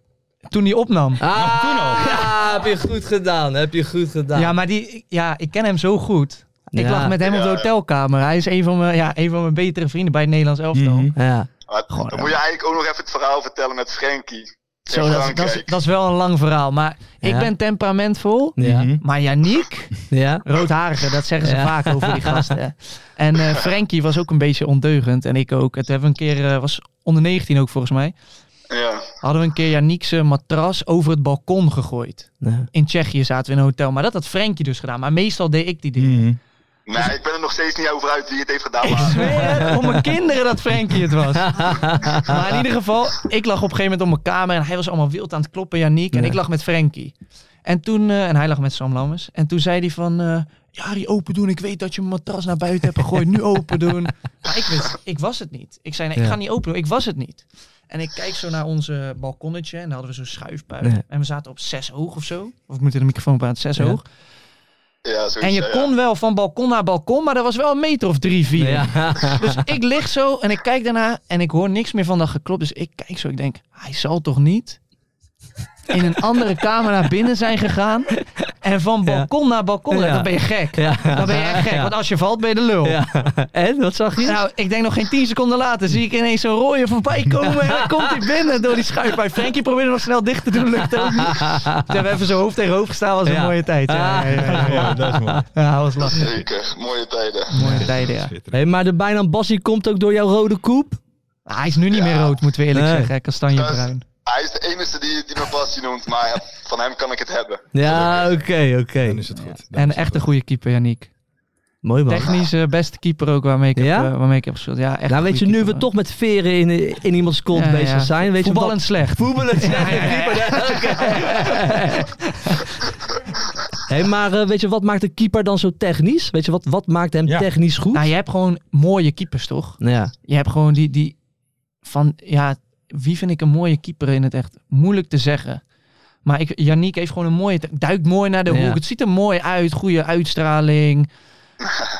S9: Toen die opnam.
S8: Ah,
S7: toen al.
S8: [LAUGHS] ja, heb je goed gedaan, heb je goed gedaan.
S9: Ja, maar die, ja, ik ken hem zo goed. Ik
S8: Ja.
S9: lag met hem op de
S11: Ja.
S9: hotelkamer. Hij is een van mijn, ja, een van mijn betere vrienden bij het Nederlands elftal.
S7: Mhm.
S8: Ja.
S11: maar dan moet je eigenlijk ook nog even het verhaal vertellen met Frenkie.
S9: Zo,
S11: in
S9: dat, is- dat, is-
S11: Frankrijk.
S9: dat is wel een lang verhaal. Maar
S8: Ja.
S9: ik ben temperamentvol.
S8: Ja.
S7: Mhm.
S9: Maar Yannick,
S8: Ja.
S9: roodharige, dat zeggen ze
S8: Ja.
S9: vaak over die gasten. En eh Frenkie was ook een beetje ondeugend. En ik ook. Het hebben we een keer, eh, was onder 19 ook volgens mij.
S11: Ja.
S9: Hadden we een keer Yannick's eh, matras over het balkon gegooid.
S8: Ja.
S9: In Tsjechië zaten we in een hotel. Maar dat had Frenkie dus gedaan. Maar meestal deed ik die dingen.
S7: Mhm.
S11: Nee, ik ben er nog steeds niet over uit wie het heeft gedaan.
S9: [LAUGHS]
S11: maar-
S9: Ik zweer het, om mijn kinderen dat Frenkie het
S8: [LAUGHS]
S9: was. Maar in ieder geval, ik lag op een gegeven moment op mijn kamer en hij was allemaal wild aan het kloppen, Yannick. En
S8: Ja.
S9: ik lag met Frenkie. En toen, eh, en hij lag met Sam Lammers. En toen zei hij van, eh ja, die open doen. Ik weet dat je mijn matras naar buiten hebt gegooid. Nu open
S8: [LAUGHS]
S9: doen. Maar ik, wist, ik was het niet. Ik zei, nee, ik
S8: Ja.
S9: ga niet open doen. Ik was het niet. En ik kijk zo naar onze balkonnetje en daar hadden we zo'n schuifpuin.
S8: Ja.
S9: En we zaten op zes hoog of zo. Of ik moet in de microfoon praten, zes
S8: Ja.
S9: hoog.
S11: Ja, zoiets,
S9: En
S11: ja,
S9: je
S11: ja.
S9: kon wel van balkon naar balkon, maar dat was wel een meter of drie, vier. Dus ik lig zo en ik kijk daarna en ik hoor niks meer van dat geklop. Dus ik kijk zo, ik denk, hij zal toch niet in een andere kamer naar binnen zijn gegaan en van
S8: Ja.
S9: balkon naar balkon.
S8: Ja.
S9: Dan ben je gek.
S8: Ja.
S9: Dan ben je echt gek,
S8: Ja.
S9: want als je valt ben je de lul.
S8: Ja. [LAUGHS] En, wat zag je?
S9: Nou, ik denk nog geen 10 seconden later zie ik ineens zo'n rooie voorbij komen. En dan komt hij binnen door die schuif. Bij Frenkie probeerde nog snel dicht te doen, lukt ook niet. Toen hebben we even zo hoofd tegen hoofd gestaan, was een
S8: Ja. Ah.
S9: mooie tijd. Ja, ja, ja, ja.
S7: Ja, dat is mooi.
S9: Ja, was lastig.
S11: Zeker, mooie tijden.
S9: Mooie tijden, ja.
S8: Hey, maar de bijnaam Bassie komt ook door jouw rode koep?
S9: Ah, hij is nu niet meer rood, moeten we eerlijk
S8: Nee.
S9: zeggen. hè,
S11: Dat is-
S9: Kastanjebruin.
S11: Hij is de enige die, die mijn passie noemt, maar van hem kan ik het hebben.
S8: Ja, oké, oké.
S7: Dan is het goed.
S9: En echt een goede keeper, Yannick.
S8: Mooi man.
S9: Technisch eh, beste keeper ook waarmee ik,
S8: Ja?
S9: heb, eh, waarmee ik heb gespeeld. Ja, echt
S8: nou,
S9: een
S8: weet je,
S9: goede
S8: nu we
S9: keeper.
S8: toch met veren in, in iemands kont
S9: Ja,
S8: bezig
S9: ja.
S8: zijn, weet je
S9: Voetballend
S8: wat...
S9: slecht.
S8: Voetballen
S9: Ja, ja, ja.
S8: [LAUGHS] Hé, maar eh, weet je, wat maakt een keeper dan zo technisch? Weet je, wat, wat maakt hem
S7: Ja.
S8: technisch goed?
S9: Nou, je hebt gewoon mooie keepers, toch?
S8: Ja,
S9: Je hebt gewoon die, die van, ja, wie vind ik een mooie keeper in het echt? Moeilijk te zeggen. Maar ik, Yannick heeft gewoon een mooie, duikt mooi naar de
S8: Ja.
S9: hoek. Het ziet er mooi uit, goede uitstraling.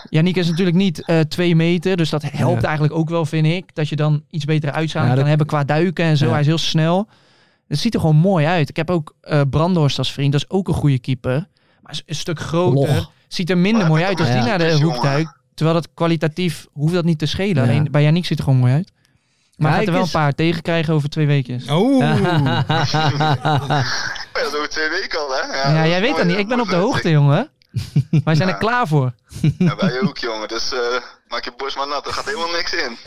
S9: Yannick is natuurlijk niet eh, twee meter, dus dat helpt
S8: Ja.
S9: eigenlijk ook wel, vind ik. Dat je dan iets betere uitstraling
S8: Ja,
S9: kan
S8: dat-
S9: hebben qua duiken en zo.
S8: Ja.
S9: Hij is heel snel. Het ziet er gewoon mooi uit. Ik heb ook eh Brandhorst als vriend, dat is ook een goede keeper. Maar is een stuk groter.
S8: Log.
S9: Ziet er minder
S11: Maar
S9: mooi
S11: hij
S9: uit
S11: kan
S9: als die
S8: toch
S9: naar
S11: niet
S9: de
S11: jongen.
S9: hoek duikt. Terwijl dat kwalitatief hoeft dat niet te schelen.
S8: Ja.
S9: Alleen bij Yannick ziet er gewoon mooi uit. Maar
S8: Kijk
S9: gaat er wel
S8: eens.
S9: een paar tegen krijgen over twee weken.
S7: Oh,
S11: Oh Ja, dat is over twee weken al, hè?
S9: Ja, jij weet dat niet. Ik ben op de hoogte, [LAUGHS] jongen. Wij zijn er klaar voor.
S11: Ja, wij ook, jongen. Dus eh, maak je borst maar nat. Er gaat helemaal niks in.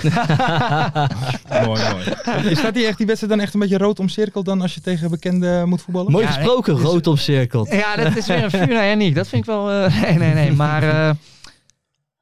S7: mooi, mooi. Is dat die, echt, die wedstrijd dan echt een beetje rood omcirkeld dan als je tegen bekenden moet voetballen?
S8: mooi
S9: Ja,
S8: gesproken, rood omcirkeld.
S9: Ja, dat is [LAUGHS] weer een vuur naar Yannick. Dat vind ik wel... eh, [LAUGHS] nee, nee, nee. Maar eh,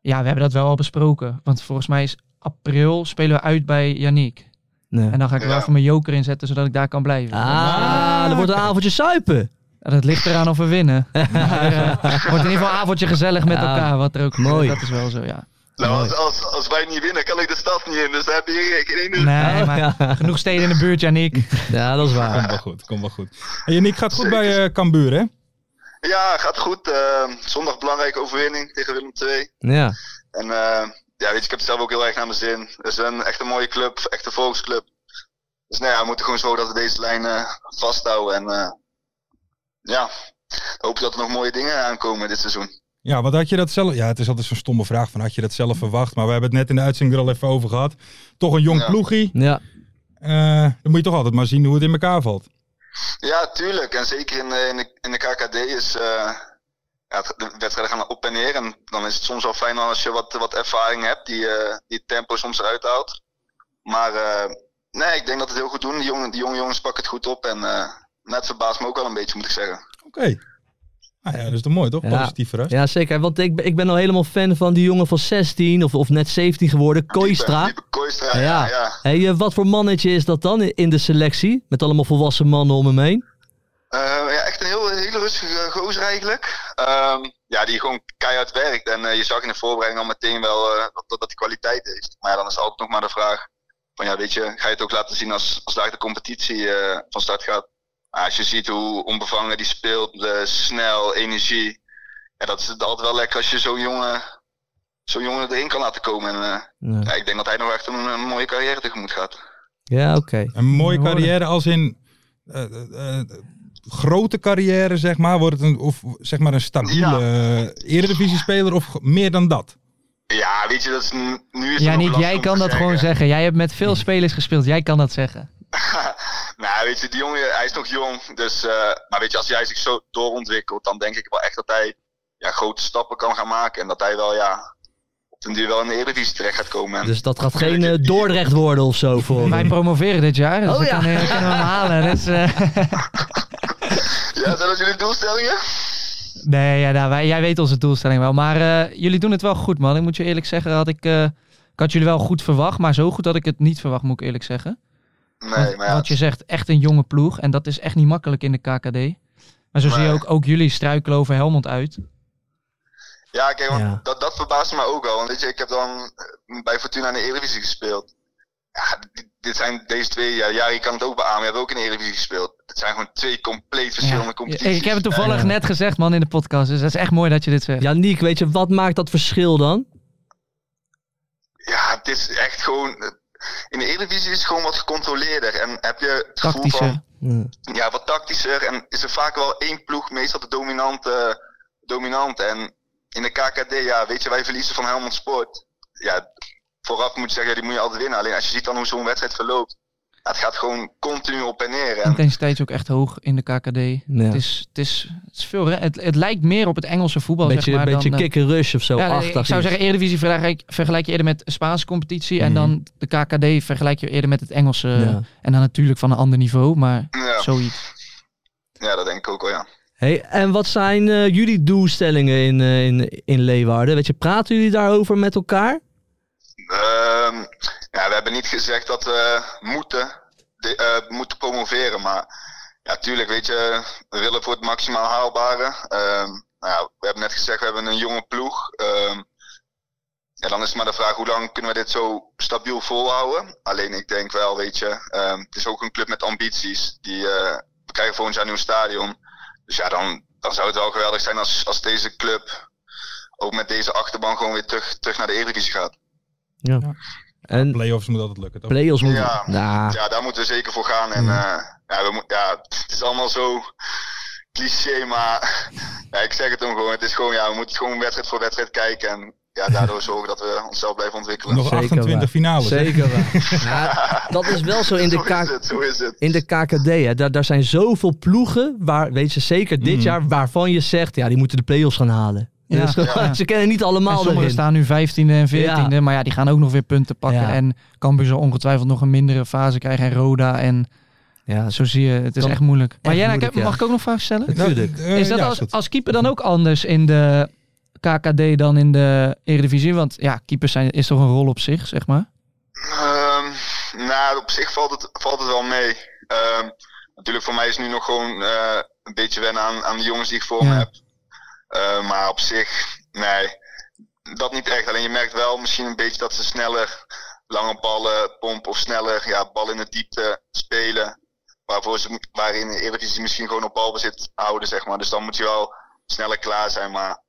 S9: ja, we hebben dat wel al besproken. Want volgens mij is april spelen we uit bij Yannick.
S8: Nee.
S9: En dan ga ik er wel
S11: Ja.
S9: even mijn joker in zetten, zodat ik daar kan blijven.
S8: Ah, er wordt een avondje suipen.
S9: Ja, Dat ligt eraan of we [LAUGHS] winnen. Maar eh, het wordt in ieder geval een avondje gezellig met
S8: Ja.
S9: elkaar. Wat er ook
S8: Mooi.
S9: Dat is wel zo, ja.
S11: Nou, als, als, als wij niet winnen, kan ik de stad niet in. Dus daar heb je geen ene...
S9: Nee, maar
S8: [LAUGHS] ja.
S9: genoeg steden in de buurt, [LAUGHS] Janik.
S8: ja, dat is
S7: Kom
S8: waar.
S7: wel goed, kom wel goed. En Yannick gaat goed bij eh Cambuur, hè?
S11: Ja, gaat goed. Eh, zondag belangrijke overwinning tegen Willem II.
S8: Ja,
S11: En eh, ja, weet je, ik heb het zelf ook heel erg naar mijn zin. Het is een echt een mooie club, echt een volksclub. Dus nou ja, we moeten gewoon zorgen dat we deze lijn eh, vasthouden. En eh, ja, hoop dat er nog mooie dingen aankomen dit seizoen.
S7: Ja, want had je dat zelf... Ja, het is altijd zo'n stomme vraag van had je dat zelf verwacht. Maar we hebben het net in de uitzending er al even over gehad. Toch een jong
S11: Ja.
S7: ploegie.
S8: ja.
S7: Eh, dan moet je toch altijd maar zien hoe het in elkaar valt.
S11: Ja, tuurlijk. En zeker in, eh, in, de, in de KKD is... eh, ja, het- de wedstrijden gaan op en neer. En dan is het soms wel fijn als je wat, wat ervaring hebt die, eh, die het tempo soms eruit haalt. Maar eh, nee, ik denk dat we het heel goed doen. Die jonge, die jonge jongens pakken het goed op. En eh, net verbaast me ook wel een beetje, moet ik zeggen.
S7: Oké. Nou ja, dat is toch mooi, toch?
S8: Ja.
S7: Positief verrast.
S8: ja, zeker. Want ik, ben- ik ben al helemaal fan van die jongen van 16 of, of net 17 geworden, Koistra.
S11: Diepe- diepe Koistra,
S8: Ja.
S11: ja. ja.
S8: Hey, eh, wat voor mannetje is dat dan in de selectie? Met allemaal volwassen mannen om hem heen.
S11: Eh, ja, echt een heel, hele rustige gozer eigenlijk. Ehm, ja, die gewoon keihard werkt. En eh, je zag in de voorbereiding al meteen wel eh, dat, dat hij kwaliteit heeft. Maar ja, dan is altijd nog maar de vraag: van ja, weet je, ga je het ook laten zien als, als daar de competitie eh, van start gaat? Maar als je ziet hoe onbevangen die speelt, eh, snel, energie. Ja, dat is het altijd wel lekker als je zo'n jongen, zo'n jongen erin kan laten komen. En eh,
S8: Ja,
S11: ja, ik denk dat hij nog echt een, een mooie carrière tegemoet gaat.
S8: Ja, oké.
S7: Een mooie
S9: Mooi.
S7: carrière als in... eh, eh, eh, grote carrière, zeg maar. Wordt het een, of zeg maar een stabiele eh, eredivisie-speler of g- meer dan dat?
S11: Ja, weet je, dat is n- nu is het nog
S9: Janik,
S11: lastig
S9: jij
S11: om
S9: kan
S11: te
S9: dat gewoon zeggen. Jij hebt met veel spelers gespeeld. Jij kan dat zeggen.
S11: [LAUGHS] nou, weet je, die jongen, hij is nog jong. Dus, eh, maar weet je, als hij zich zo doorontwikkelt, dan denk ik wel echt dat hij ja, grote stappen kan gaan maken. En dat hij wel, ja, op den duur wel in de Eredivisie terecht gaat komen. En-
S8: Dus dat gaat geen eh, Dordrecht worden of zo voor
S9: Wij
S8: hem.
S9: promoveren dit jaar. Dus
S8: Oh
S9: we
S8: ja.
S9: kunnen, kunnen we hem halen. Dus, eh,
S11: Ja, zijn dat jullie doelstellingen?
S9: [LAUGHS] nee, ja, nou, wij, jij weet onze doelstelling wel. Maar eh, jullie doen het wel goed, man. Ik moet je eerlijk zeggen, had ik, eh, ik had jullie wel goed verwacht. Maar zo goed dat ik het niet verwacht, moet ik eerlijk zeggen.
S11: Nee,
S9: Want
S11: maar ja.
S9: Wat je zegt, echt een jonge ploeg. En dat is echt niet makkelijk in de KKD. Maar zo zie je
S11: Nee.
S9: ook, ook jullie struikelen over Helmond uit.
S11: Ja, kijk, want
S8: Ja.
S11: Dat, dat verbaasde me ook al. Want weet je, ik heb dan eh, bij Fortuna in de Eredivisie gespeeld. Ja, dit- dit zijn deze twee jaar. Ja, je kan het ook beamen. Je hebt ook in de Eredivisie gespeeld. Het zijn gewoon twee compleet verschillende
S9: Ja.
S11: competities.
S9: Ik heb het toevallig
S8: Ja.
S9: net gezegd, man, in de podcast. Dus dat is echt mooi dat je dit zegt.
S8: Janiek, weet je, wat maakt dat verschil dan?
S11: Ja, het is echt gewoon. In de Eredivisie is het gewoon wat gecontroleerder. En heb je het gevoel
S9: Tactischer.
S8: Ja.
S11: van. Ja, wat tactischer. En is er vaak wel één ploeg meestal de dominante. dominant. En in de KKD, ja, weet je, wij verliezen van Helmond Sport. Ja, vooraf moet je zeggen, ja, die moet je altijd winnen. Alleen als je ziet dan hoe zo'n wedstrijd verloopt. ja, het gaat gewoon continu op en neer. En
S9: Intensiteit is ook echt hoog in de KKD. Het, is, het, is, het, is veel, re- het, het lijkt meer op het Engelse voetbal.
S8: beetje,
S9: zeg maar,
S8: een beetje
S9: dan, eh,
S8: kick and rush of zo.
S9: Ja,
S8: achtig
S9: ik zou
S8: iets.
S9: zeggen, Eredivisie vergelijk, vergelijk je eerder met de Spaanse competitie. En
S8: Mhm.
S9: dan de KKD vergelijk je eerder met het Engelse.
S8: Ja.
S9: En dan natuurlijk van een ander niveau, maar
S11: Ja.
S9: zoiets.
S11: ja, dat denk ik ook wel, ja.
S8: Hey, en wat zijn eh, jullie doelstellingen in, eh, in, in Leeuwarden? Weet je, praten jullie daarover met elkaar?
S11: Ehm, ja, we hebben niet gezegd dat we moeten, de- eh, moeten promoveren. Maar ja, tuurlijk, weet je, we willen voor het maximaal haalbare. Ehm, nou ja, we hebben net gezegd, we hebben een jonge ploeg. Ehm, ja, dan is het maar de vraag, hoe lang kunnen we dit zo stabiel volhouden? Alleen ik denk wel, weet je, ehm, het is ook een club met ambities. Die, eh, we krijgen volgend jaar een nieuw stadion. Dus ja, dan, dan zou het wel geweldig zijn als, als deze club ook met deze achterban gewoon weer terug, terug naar de Eredivisie gaat.
S8: Ja. En
S7: Playoffs moet altijd lukken, toch?
S8: play-offs moeten...
S11: Ja.
S8: Nou,
S11: Ja, daar moeten we zeker voor gaan. En eh, ja, we moet, ja, het is allemaal zo cliché, maar [LAUGHS] ja, ik zeg het hem gewoon. Het is gewoon, ja, we moeten gewoon wedstrijd voor wedstrijd kijken. En ja, daardoor zorgen dat we onszelf blijven ontwikkelen.
S7: Nog
S8: Zeker
S7: 28
S8: waar.
S7: finales. hè?
S8: zeker waar. Ja, dat is wel zo in de
S11: [LAUGHS] zo is
S8: KKD.
S11: het, zo is het.
S8: In de KKD, hè, daar, daar zijn zoveel ploegen, waar, weet je zeker dit
S7: Mm.
S8: jaar, waarvan je zegt, ja, die moeten de play-offs gaan halen.
S9: Ja.
S8: Dat is gewoon- [LAUGHS]
S9: Ja.
S8: Ze kennen niet
S9: En
S8: allemaal
S9: sommigen
S8: erin.
S9: staan nu 15e en 14e, maar ja, die gaan ook nog weer punten pakken.
S8: Ja.
S9: En Cambuur zal ongetwijfeld nog een mindere fase krijgen en Roda. En
S8: Ja,
S9: zo zie je, het is
S8: Kan-
S9: echt moeilijk. Maar jij,
S8: moeilijk, ja.
S9: mag ik ook nog vragen stellen?
S7: Nou,
S8: natuurlijk.
S7: eh,
S9: is dat
S7: ja,
S9: als,
S7: goed.
S9: als keeper dan ook anders in de KKD dan in de Eredivisie? Want ja, keepers zijn, is toch een rol op zich, zeg maar?
S11: Ehm, nou, op zich valt het, valt het wel mee. Ehm, natuurlijk, voor mij is nu nog gewoon eh, een beetje wennen aan, aan de jongens die ik voor me
S9: Ja.
S11: heb. Eh, maar op zich, nee, dat niet echt. Alleen je merkt wel misschien een beetje dat ze sneller lange ballen pompen of sneller ja, bal in de diepte spelen. Waarvoor ze, waarin de Eredivisie misschien gewoon op balbezit houden, zeg maar. Dus dan moet je wel sneller klaar zijn. Maar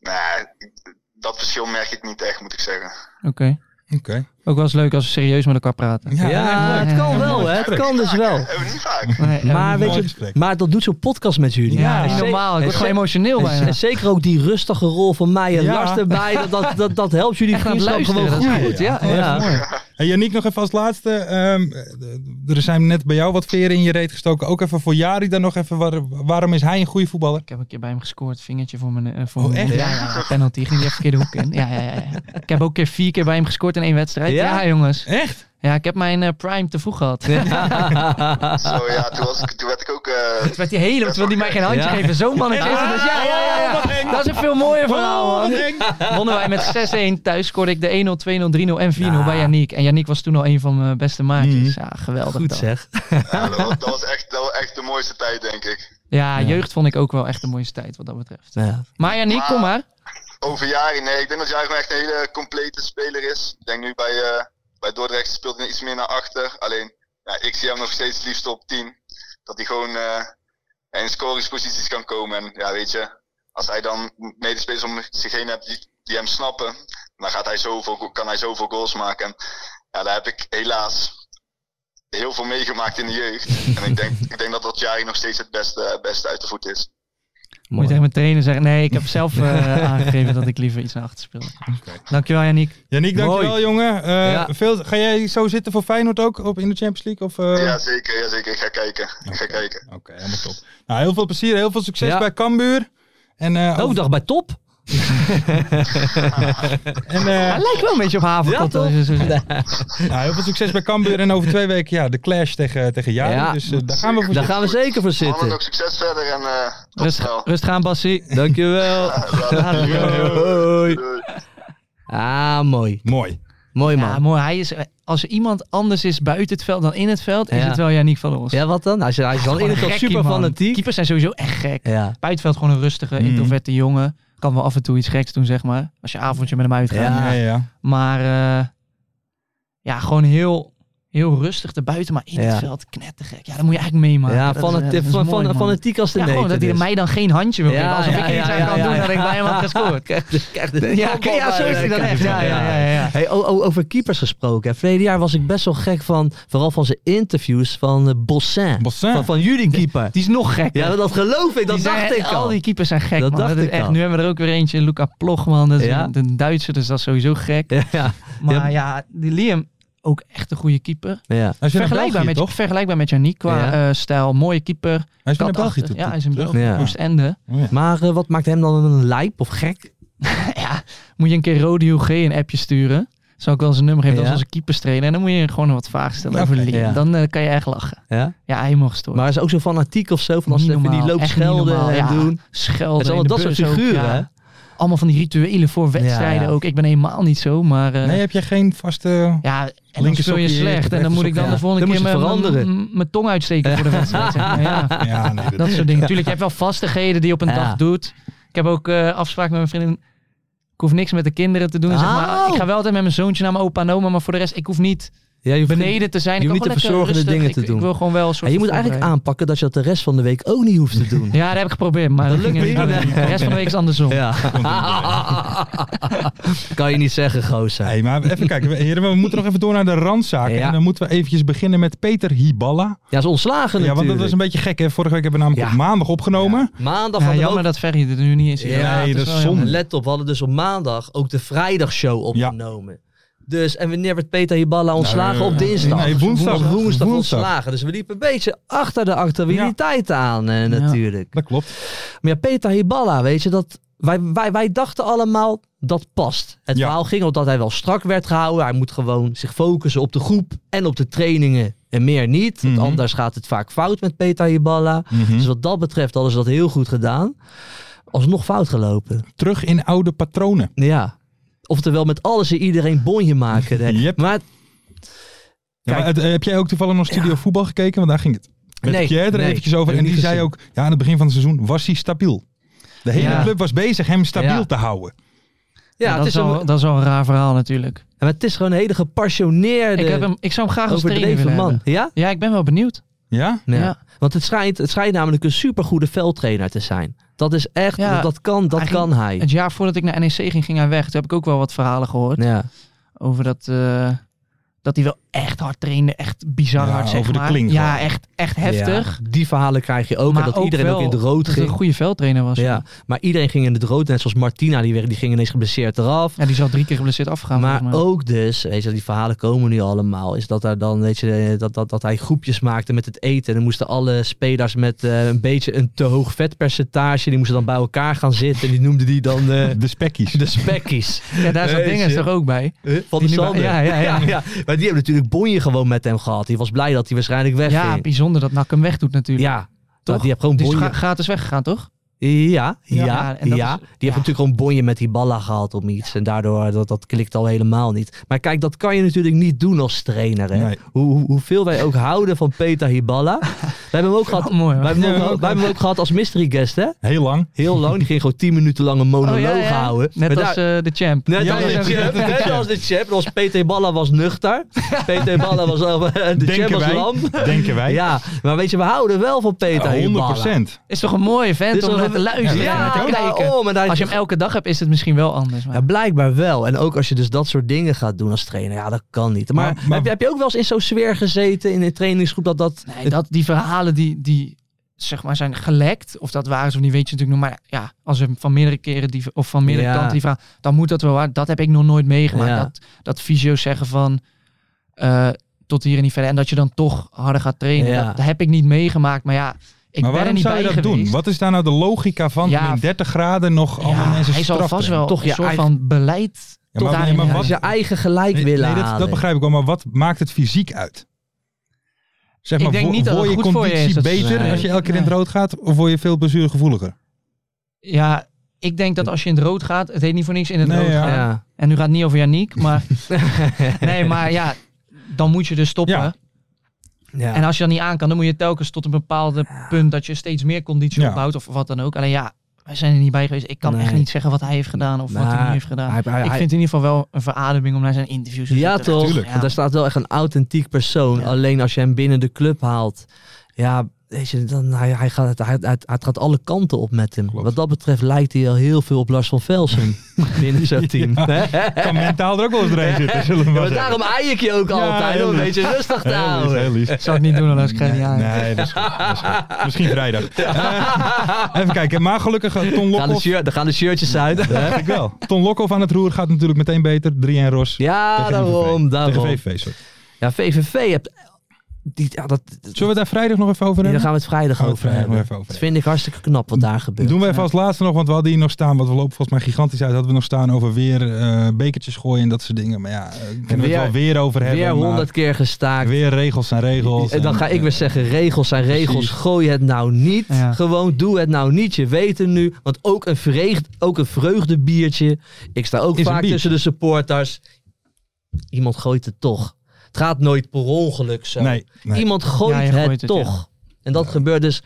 S11: nee, dat verschil merk ik niet echt, moet ik zeggen.
S9: Oké.
S8: Ah,
S7: Oké.
S9: Ook wel eens leuk als ze serieus met elkaar praten.
S8: Ja, het kan wel, hè? Het kan dus wel.
S11: Hebben we niet vaak.
S9: Nee, eh,
S8: Maar, weet
S7: Mooi
S8: je,
S7: gesprek.
S8: maar dat doet zo'n podcast met jullie.
S9: ja,
S8: En
S9: niet
S8: ze-
S9: normaal. Ik
S8: en
S9: word
S8: ze-
S9: gewoon emotioneel
S8: en,
S9: bijna.
S8: en zeker ook die rustige rol van mij en
S7: Ja.
S8: Lars erbij, dat, dat, dat, dat helpt jullie
S9: Echt aan het
S8: vriendschap
S9: luisteren,
S8: gewoon
S9: dat is
S8: goed.
S9: goed. Ja,
S7: Ja,
S9: ja.
S7: dat is mooi. Hey, Yannick, nog even als laatste. ehm, eh, er zijn net bij jou wat veren in je reet gestoken. Ook even voor Jari dan nog even. waar- waarom is hij een goede voetballer?
S9: Ik heb een keer bij hem gescoord, vingertje voor mijn... eh, voor
S7: Oh,
S9: mijn-
S7: echt?
S9: Ja, ja, penalty. Ging die even de hoek in. Ja, ja, ja, ja. Ik heb ook een keer vier keer bij hem gescoord in één wedstrijd.
S8: Ja?
S9: Ja, jongens.
S7: Echt?
S9: Ja, ik heb mijn eh, prime te vroeg gehad.
S11: Zo ja, toen, was ik, toen werd ik ook. eh, [LAUGHS]
S9: Toen werd hij helemaal, terwijl hij mij geen handje
S8: Ja.
S9: geven. Zo'n mannetje is het. Dus ja, ja, ja, ja. Dat is een veel mooier verhaal, man. Wonnen wij met 6-1. Thuis scoorde ik de 1-0, 2-0, 3-0 en 4-0 bij Yannick. En Yannick was toen al een van mijn beste maatjes. Ja, geweldig.
S8: Goed
S9: dan.
S8: zeg.
S11: ja, eh, dat, was, dat was echt, dat was echt de mooiste tijd, denk ik.
S9: Ja, jeugd vond ik ook wel echt de mooiste tijd wat dat betreft.
S8: Ja.
S9: Maar Yannick, kom maar.
S11: Over Jari, nee, ik denk dat Jari gewoon echt een hele complete speler is. Ik denk nu bij, eh, bij Dordrecht speelt hij iets meer naar achter. Alleen, ja, ik zie hem nog steeds het liefst op 10. Dat hij gewoon eh, in scoringsposities kan komen. En ja, weet je, als hij dan medespelers om zich heen hebt die, die hem snappen, dan gaat hij zoveel, kan hij zoveel goals maken. En ja, daar heb ik helaas heel veel meegemaakt in de jeugd. En ik denk, ik denk dat dat Jari nog steeds het beste, het beste uit de voet is.
S9: Moet je tegen mijn trainer zeggen. Nee, ik heb zelf eh, [LAUGHS] aangegeven dat ik liever iets naar achter speel. Dankjewel Yannick.
S7: Yannick, dankjewel
S8: Mooi.
S7: jongen. Eh,
S8: Ja.
S7: veel, ga jij zo zitten voor Feyenoord ook op, in de Champions League? Of, eh,
S11: Ja, zeker, ja, zeker. Ik ga kijken. Ik ga kijken.
S7: Oké, helemaal top. Nou, heel veel plezier, heel veel succes
S8: Ja.
S7: bij Cambuur. En, eh,
S9: Nou,
S8: Ook Oh, dag bij top.
S7: en, eh,
S9: Hij lijkt wel een beetje op havenkot.
S8: Ja, toch?
S9: Dus, eh,
S7: nou, heel veel succes bij Cambuur. En over twee weken ja, de clash tegen, tegen Jari.
S8: Ja.
S7: Dus eh, daar gaan we voor
S8: Daar gaan we zeker voor
S11: Mannen,
S8: zitten.
S11: nog succes verder en eh tot
S9: Rustig,
S11: snel.
S9: rustig aan Bassie.
S8: Dankjewel. [LAUGHS] Hoi.
S11: Doei.
S8: Ah, mooi.
S7: Mooi.
S8: Mooi
S9: Ja,
S8: man.
S9: mooi. Hij is, eh, als er iemand anders is buiten het veld dan in het veld, is
S8: Ja.
S9: het wel Yannick van Os.
S8: Ja, wat dan? Hij is, hij is dan in het
S9: Gewoon
S8: al
S9: een gekkie,
S8: super
S9: man.
S8: fanatiek.
S9: Keepers zijn sowieso echt gek.
S8: Ja.
S9: Buitenveld gewoon een
S8: Mm.
S9: rustige, introverte jongen. Kan wel af en toe iets geks doen, zeg maar. Als je avondje met hem uitgaat.
S8: Ja.
S7: Ja, ja.
S9: Maar eh, ja, gewoon heel, heel rustig erbuiten, maar in
S8: Ja.
S9: het veld knettergek. Ja, dat moet je eigenlijk meemaken.
S8: Ja,
S9: Dat is, eh,
S8: fanat-
S9: dat is
S8: van-
S9: mooi,
S8: van-
S9: man.
S8: fanatiek als de
S9: Ja,
S8: neten.
S9: gewoon dat hij
S8: dus.
S9: mij dan geen handje wil
S8: Ja,
S9: geven. Alsof
S8: ja,
S9: ik er iets
S8: ja,
S9: aan kan
S8: ja,
S9: doen
S8: ja.
S9: dat ik bij hem had
S8: [LAUGHS]
S9: gescoord. Ja, oké, ja, zo is hij dan echt. Ja, ja, ja, ja.
S8: Hey, o- o- over keepers gesproken. hè. Verleden jaar was ik best wel gek van, vooral van zijn interviews van eh, Bossin.
S7: Bossin.
S8: Van, van jullie keeper.
S9: Die is nog gek.
S8: Ja, dat geloof ik. Dat dacht ik al.
S9: Al die keepers zijn gek,
S8: Dat
S9: man.
S8: dacht
S9: dat is
S8: ik
S9: echt,
S8: al.
S9: Nu hebben we er ook weer eentje, Luca Plochman. Dat is
S8: Ja.
S9: een, een Duitser, dus dat is sowieso gek.
S8: Ja, ja.
S9: Maar ja, die Liam, ook echt een goede keeper.
S8: Ja.
S7: Hij is weer naar
S9: Vergelijkbaar,
S7: België,
S9: met,
S7: toch?
S9: vergelijkbaar met Yannick qua
S8: Ja.
S9: eh, stijl. Mooie keeper.
S7: Hij is weer naar
S9: Katachtig.
S7: België toe.
S9: Ja, hij is in
S7: terug.
S9: België.
S8: Ja.
S9: Oostende.
S7: Oh, ja.
S8: Maar eh, wat maakt hem dan een lijp of gek?
S9: ja, moet je een keer Rodi G een appje sturen. Zou ik wel zijn nummer geven,
S8: Ja.
S9: dat is onze keepers trainen. En dan moet je gewoon wat vragen stellen
S7: Ja,
S9: over
S7: oké,
S9: Lee.
S8: ja.
S9: Dan eh, kan je echt lachen.
S8: Ja?
S9: Ja, helemaal gestoord.
S8: Maar hij is ook zo fanatiek of zo. Van als
S9: Niet
S8: ze even die
S9: normaal,
S8: loopt
S9: echt niet normaal,
S8: schelden en
S9: ja.
S8: doen.
S9: Schelden
S8: Het is allemaal
S9: in de
S8: dat soort
S9: bus ook,
S8: figuren, hè?
S9: Allemaal van die rituelen voor wedstrijden
S8: ja.
S9: ook. Ik ben helemaal niet zo, maar... eh,
S7: Nee, heb jij geen vaste...
S9: Ja, en dan
S7: Linker
S9: speel je
S7: sokje,
S9: slecht. En dan
S7: rechter
S9: moet ik dan
S7: sokje.
S9: de volgende
S8: Dan
S9: keer
S8: moet je
S9: mijn-
S8: veranderen.
S9: mijn- mijn tong uitsteken voor de wedstrijd. zeg maar. Ja,
S7: Ja, nee.
S9: dat soort dingen. Tuurlijk, je hebt wel vastigheden die je op een
S8: Ja.
S9: dag doet. Ik heb ook eh afspraak met mijn vriendin. Ik hoef niks met de kinderen te doen. Zeg maar.
S8: Oh.
S9: Ik ga wel altijd met mijn zoontje naar mijn opa en oma. Maar voor de rest, ik hoef niet
S8: Ja, je hoeft niet-
S9: beneden te zijn.
S8: je
S9: ik
S8: hoeft
S9: wil
S8: niet de
S9: gewoon lekker
S8: verzorgende dingen te
S9: rustig. Ik-
S8: doen.
S9: Ik wil gewoon wel een soort
S8: Ja, je moet eigenlijk
S9: voorbereiding.
S8: aanpakken dat je dat de rest van de week ook niet hoeft te
S9: [LAUGHS]
S8: doen.
S9: Ja, dat heb ik geprobeerd. Maar dat,
S8: lukt
S9: ging er
S8: niet,
S9: niet.
S7: hè?
S9: De rest van de week is andersom.
S8: Ja.
S9: [LAUGHS]
S8: kan je niet zeggen, gozer.
S7: Hey, maar even kijken, we- heren, we moeten nog even door naar de randzaken.
S8: Ja.
S7: En dan moeten we eventjes beginnen met Peter Hiballa.
S8: Ja, is ontslagen
S7: Ja, want
S8: natuurlijk.
S7: dat is een beetje gek, hè? Vorige week hebben we namelijk
S8: Ja.
S7: op maandag opgenomen.
S8: Maandag
S9: Ja,
S8: hadden we
S9: jammer
S8: ook...
S9: dat Ferry er nu niet is.
S8: Ja,
S7: Nee,
S9: het
S7: dat is
S9: wel jammer.
S7: zonde.
S8: Let op, we hadden dus op maandag ook de vrijdagshow opgenomen. Dus, en wanneer werd Peter Hiballa ontslagen?
S7: Nou,
S8: op dinsdag.
S7: nee, woensdag.
S8: Woensdag, woensdag
S7: Woensdag.
S8: ontslagen. Dus we liepen een beetje achter de actualiteit aan eh, natuurlijk.
S7: Dat klopt.
S8: Maar ja, Peter Hiballa, weet je, dat, wij, wij, wij dachten allemaal dat past. Het
S7: Ja.
S8: verhaal ging omdat hij wel strak werd gehouden. Hij moet gewoon zich focussen op de groep en op de trainingen en meer niet.
S7: Mhm.
S8: Want anders gaat het vaak fout met Peter Hiballa. Dus wat dat betreft hadden ze dat heel goed gedaan. Alsnog fout gelopen.
S7: Terug in oude patronen.
S8: Ja. Oftewel met alles en iedereen bonje
S9: [LAUGHS]
S8: maken. hè.
S7: Yep.
S8: Maar
S7: Ja,
S8: Kijk.
S7: maar het- eh, heb jij ook toevallig nog Studio Voetbal gekeken? Want daar ging het met
S8: Nee,
S7: Pierre er
S8: nee,
S7: eventjes over.
S8: heb
S7: En
S8: ik
S7: die
S8: niet
S7: zei
S8: gezien.
S7: ook, ja, aan het begin van het seizoen was hij stabiel. De hele
S9: Ja.
S7: club was bezig hem stabiel
S8: Ja.
S7: te houden.
S8: ja,
S9: dat,
S8: het
S9: is
S8: is
S9: al,
S8: een,
S9: dat is al een raar verhaal natuurlijk.
S8: maar het is gewoon een hele gepassioneerde,
S9: Ik, heb hem, ik zou hem graag als trainer
S8: overdreven
S9: willen
S8: man.
S9: hebben.
S8: Ja?
S9: Ja, ik ben wel benieuwd.
S7: Ja?
S8: Ja.
S9: Ja.
S8: Want het schijnt, het schijnt namelijk een supergoede veldtrainer te zijn. Dat is echt,
S9: Ja,
S8: dat, dat kan, dat
S9: hij
S8: kan hij.
S9: Het jaar voordat ik naar NEC ging, ging hij weg. Toen heb ik ook wel wat verhalen gehoord
S8: Ja.
S9: over dat... eh, dat hij wel echt hard trainde, echt bizar
S7: Ja,
S9: hard zeg
S7: over de
S9: maar.
S7: klink
S9: Ja,
S7: wel.
S9: echt, echt heftig.
S8: Ja, die verhalen krijg je ook.
S9: Maar
S8: en dat
S9: ook
S8: iedereen ook
S9: wel
S8: in het rood
S9: Dat hij een
S8: ging.
S9: goede veldtrainer was.
S8: Ja, maar iedereen ging in het rood. Net zoals Martina, die, werd- die ging ineens geblesseerd eraf.
S9: Ja, die zal drie keer geblesseerd afgaan.
S8: maar
S9: volgens mij.
S8: ook dus, weet je, die verhalen komen nu allemaal. Is dat, er dan, weet je, eh, dat, dat, dat hij groepjes maakte met het eten. En dan moesten alle spelers met eh, een beetje een te hoog vetpercentage. Die moesten dan bij elkaar gaan zitten. En die noemden die dan
S9: [LAUGHS]
S8: eh,
S7: De spekkies.
S8: de spekkies.
S9: ja, daar zat
S8: Jeetje.
S9: Dinges toch ook bij.
S8: Van
S9: Die
S8: Eh, die
S9: nu bij-
S8: Sander.
S9: ja, ja, [LAUGHS] ja.
S8: Maar die hebben natuurlijk bonje gewoon met hem gehad. Die was blij dat hij waarschijnlijk
S9: Ja,
S8: wegging.
S9: bijzonder dat Nak hem wegdoet natuurlijk.
S8: ja.
S9: Toch?
S8: Nou, die heeft gewoon
S9: die is
S8: bonje
S9: gra- gratis weggegaan, toch?
S8: Ja, ja,
S9: Ja,
S8: ja.
S9: en dat
S8: die
S9: is- ja.
S8: heeft natuurlijk gewoon bonje met die ballen gehaald om iets. En daardoor, dat, dat klikt al helemaal niet. Maar kijk, dat kan je natuurlijk niet doen als trainer. Hè?
S7: Nee.
S8: Hoe, hoe- hoeveel wij ook houden van Peter
S9: [LAUGHS]
S8: Hiballa. wij hebben hem ook gehad,
S9: Oh, mooi, hoor.
S8: wij hebben, hem
S7: Ja,
S8: ook,
S7: ook.
S8: wij hebben hem ook gehad als mystery guest, hè?
S7: Heel lang.
S8: Heel lang. Die ging gewoon 10 minuten lang een monoloog
S9: Oh, ja, ja.
S8: houden.
S9: Net
S8: Maar
S9: als
S8: daar-
S9: eh, de champ.
S8: Net
S7: Ja,
S8: als
S7: de
S8: de
S7: champ.
S8: champ. Net als de champ. Als Peter Hiballa was nuchter. Peter Hiballa was... eh, De champ
S7: denken
S8: was
S7: wij.
S8: lam.
S7: Denken
S9: [LAUGHS]
S7: wij.
S8: Ja, maar weet je, we houden wel van Peter Hiballa.
S7: 100%.
S9: [LAUGHS] Is toch een mooie
S8: Dit
S9: vent
S8: is
S9: om
S8: wel
S9: naar
S8: een-
S9: te luisteren
S8: Ja,
S9: en te kijken.
S8: daarom. En daar-
S9: Als je hem elke dag hebt, is het misschien wel anders. Maar...
S8: Ja, blijkbaar wel. En ook als je dus dat soort dingen gaat doen als trainer, ja, dat kan niet. Maar,
S7: Maar- maar-
S8: heb, je, heb je ook wel eens in zo'n sfeer gezeten in een trainingsgroep dat dat...
S9: Nee, dat, die verhalen die, die zeg maar zijn gelekt, of dat waar is of niet, weet je natuurlijk nog. Maar ja, als er van meerdere keren die, of van meerdere
S8: Ja.
S9: kanten die verhalen, dan moet dat wel waar. Dat heb ik nog nooit meegemaakt.
S8: Ja.
S9: Dat, dat fysio's zeggen van eh, tot hier en niet verder. En dat je dan toch harder gaat trainen.
S8: Ja.
S9: Dat heb ik niet meegemaakt. Maar ja, ik
S7: maar
S9: ben er
S7: waarom
S9: niet
S7: zou
S9: bij
S7: je dat
S9: geweest.
S7: doen? Wat is daar nou de logica van
S9: Ja,
S7: om in 30 graden nog
S9: Ja,
S7: allemaal mensen
S9: hij zal
S7: straf te
S9: vast
S7: hebben?
S9: wel
S8: Toch
S9: een
S8: je
S9: soort
S8: eigen-
S9: van beleid
S7: Ja, maar-
S9: daarin
S7: nee, maar
S8: Als
S9: hebben.
S8: dus je eigen gelijk
S7: Nee,
S8: willen
S7: nee, dat, dat
S8: halen.
S7: begrijp ik wel. Maar wat maakt het fysiek uit? Zeg
S9: Ik
S7: maar,
S9: denk
S7: wo-
S9: niet dat het
S7: word je
S9: goed voor je
S7: conditie
S9: is, dat is-
S7: beter
S9: nee.
S7: als je elke keer in het
S9: Nee.
S7: rood gaat? Of word je veel blessuregevoeliger?
S9: Ja, ik denk dat als je in het rood gaat, het heet niet voor niks in het
S7: Nee,
S9: rood
S7: ja.
S9: gaan.
S8: Ja.
S9: En nu gaat het niet over Yannick,
S8: [LAUGHS]
S9: maar... nee, maar ja, dan moet je dus stoppen.
S7: Ja.
S8: Ja.
S9: En als je dat niet aan kan, dan moet je telkens tot een bepaald punt... dat je steeds meer conditie
S7: Ja.
S9: opbouwt of wat dan ook. Alleen ja, wij zijn er niet bij geweest. Ik kan
S8: Nee.
S9: echt niet zeggen wat hij heeft gedaan of wat hij
S8: Maar
S9: nu heeft gedaan.
S8: hij- hij-
S9: ik
S8: hij-
S9: vind in ieder geval wel een verademing om naar zijn interviews te
S8: Ja,
S9: zitten.
S8: toch?
S7: Tuurlijk.
S8: Want daar staat wel echt een authentiek persoon.
S9: Ja.
S8: Alleen als je hem binnen de club haalt. Ja, weet je, dan, hij, hij, gaat, hij, hij, hij gaat alle kanten op met hem. Wat dat betreft lijkt hij al heel veel op Lars van
S7: [LAUGHS]
S8: Velsen binnen zo'n team.
S7: Ja, kan mentaal er ook wel eens doorheen zitten, zullen we
S8: Ja,
S7: maar
S8: maar
S7: zeggen.
S8: daarom ei ik je ook
S7: Ja,
S8: altijd,
S7: heel
S8: om een
S7: lief.
S8: beetje rustig te
S7: Heel lief,
S8: houden. [LAUGHS]
S7: heel lief.
S9: Ik zou het niet doen, anders krijg je niet aan.
S7: Nee, dat is goed. dat is goed. Misschien vrijdag. Eh, even kijken, maar gelukkig eh, Ton
S8: Gaan de
S7: Lokhoff...
S8: shirt, daar gaan de shirtjes uit.
S7: Dat dacht ik wel. Ton Lokhoff aan het roer gaat natuurlijk meteen beter. 3-1 Ros.
S8: Ja,
S7: tegen
S8: daarom,
S7: MVV. Tegen
S8: daarom.
S7: VVV, sorry.
S8: Ja, VVV hebt... Die, ja, dat,
S7: Zullen we het daar vrijdag nog even over
S8: daar
S7: hebben?
S8: gaan we het vrijdag
S7: Gaan we het
S8: over
S7: vrijdag
S8: hebben.
S7: nog even over
S8: Dat vind ik hartstikke knap wat daar gebeurt.
S7: Doen we even als laatste nog, want we hadden hier nog staan, wat we lopen volgens mij gigantisch uit, hadden we nog staan over weer eh, bekertjes gooien en dat soort dingen. Maar ja, eh, kunnen we
S8: weer-
S7: het wel weer over hebben.
S8: Weer
S7: maar
S8: honderd keer gestaakt.
S7: Weer regels zijn regels.
S8: En dan ga ik weer zeggen, regels zijn regels.
S7: precies.
S8: Gooi het nou niet.
S9: Ja.
S8: Gewoon doe het nou niet. Je weet het nu. Want ook een, vreugd, ook een vreugdebiertje. Ik sta ook
S7: Is een
S8: vaak
S7: bier.
S8: tussen de supporters. Iemand gooit het toch. Het gaat nooit per ongeluk zo.
S7: Nee, nee.
S8: Iemand
S9: Ja,
S8: gooit
S9: je
S8: het,
S9: gooit het,
S8: toch. En dat gebeurt dus.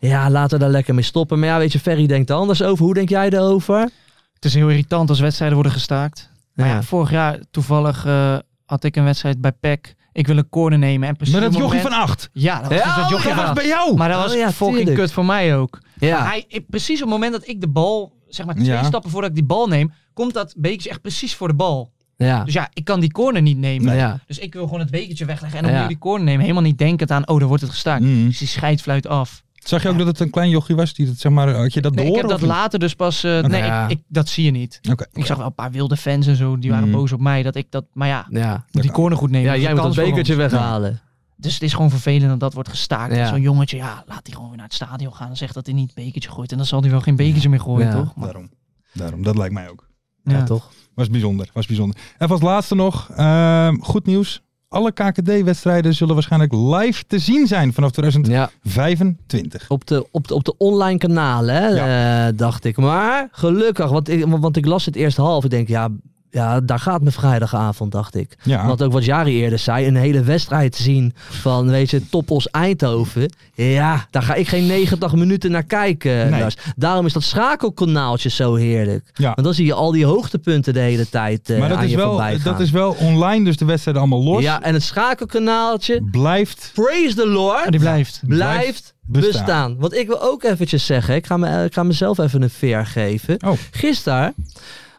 S8: Ja, laten we daar lekker mee stoppen. Maar ja, weet je, Ferry denkt er anders over. Hoe denk jij erover?
S9: Het is heel irritant als wedstrijden worden gestaakt. Maar ja,
S8: Ja.
S9: vorig jaar toevallig eh, had ik een wedstrijd bij PEC. Ik wil een corner nemen. En precies
S7: Maar dat
S9: op het
S7: jochie van
S9: moment-
S7: 8.
S9: Ja, dat was
S8: Ja,
S9: dus dat
S8: oh
S9: jochie
S8: ja.
S9: van
S8: Dat
S9: acht.
S8: was
S7: Bij jou!
S9: Maar dat was
S8: Oh ja,
S9: fucking
S8: tuurlijk.
S9: kut voor mij ook. Maar
S8: Ja,
S9: Hij, ik- precies op het moment dat ik de bal, zeg maar twee
S7: Ja.
S9: stappen voordat ik die bal neem, komt dat bekertje echt precies voor de bal.
S8: ja,
S9: Dus ja, ik kan die corner niet nemen.
S8: Nou ja.
S9: Dus ik wil gewoon het bekertje wegleggen en dan
S8: Ja.
S9: moet je die corner nemen. Helemaal niet denkend aan, oh, dan wordt het gestaakt.
S7: Mm.
S9: Dus die scheidfluit af.
S7: Zag je ook dat het een klein jochie was? Die dat, zeg maar, eh, had je dat
S9: Nee,
S7: door?
S9: ik heb
S7: of
S9: dat
S7: niet?
S9: later dus pas... eh, Nee,
S8: Ja.
S9: ik, ik- dat zie je niet.
S7: Oké.
S9: Ik zag wel een paar wilde fans en zo, die waren
S7: Mm.
S9: boos op mij. Dat ik dat, maar ja,
S8: ja.
S9: die corner goed nemen.
S8: ja
S9: dat is
S8: jij
S9: een
S8: moet dat
S9: kans voor
S8: bekertje
S9: ons.
S8: weghalen.
S9: Dus het is gewoon vervelend dat dat wordt gestaakt.
S8: Ja.
S9: En Zo'n jongetje, ja, laat die gewoon weer naar het stadion gaan. En zegt dat hij niet bekertje gooit. En dan zal hij wel geen bekertje meer gooien,
S8: Ja.
S9: toch? Maar-
S7: Daarom. Daarom, dat lijkt mij ook.
S8: Ja,
S9: ja.
S8: toch?
S7: Was bijzonder, was bijzonder. En als laatste nog, ehm, goed nieuws. Alle KKD-wedstrijden zullen waarschijnlijk live te zien zijn vanaf
S8: Ja.
S7: 2025.
S8: Op de, op de, op de online kanalen, hè, eh, dacht ik. Maar gelukkig, want ik, want ik las het eerst half. Ik denk, ja, ja, daar gaat mijn vrijdagavond, dacht ik.
S7: Ja,
S8: Want ook wat Jari eerder zei, een hele wedstrijd zien van, weet je, Toppos Eindhoven. Ja, daar ga ik geen 90 minuten naar kijken. eh,
S7: Nee.
S8: Lars. Daarom is dat schakelkanaaltje zo heerlijk.
S7: Ja.
S8: Want dan zie je al die hoogtepunten de hele tijd eh
S7: maar dat
S8: aan
S7: is,
S8: je
S7: wel,
S8: voorbij gaan.
S7: dat is wel online, dus de wedstrijden allemaal los.
S8: Ja, en het schakelkanaaltje,
S7: Blijft
S8: praise the Lord.
S9: Maar die blijft.
S8: blijft
S7: bestaan.
S8: bestaan. Want ik wil ook eventjes zeggen, ik ga, me, eh, ik ga mezelf even een veer geven.
S7: Oh.
S8: Gisteren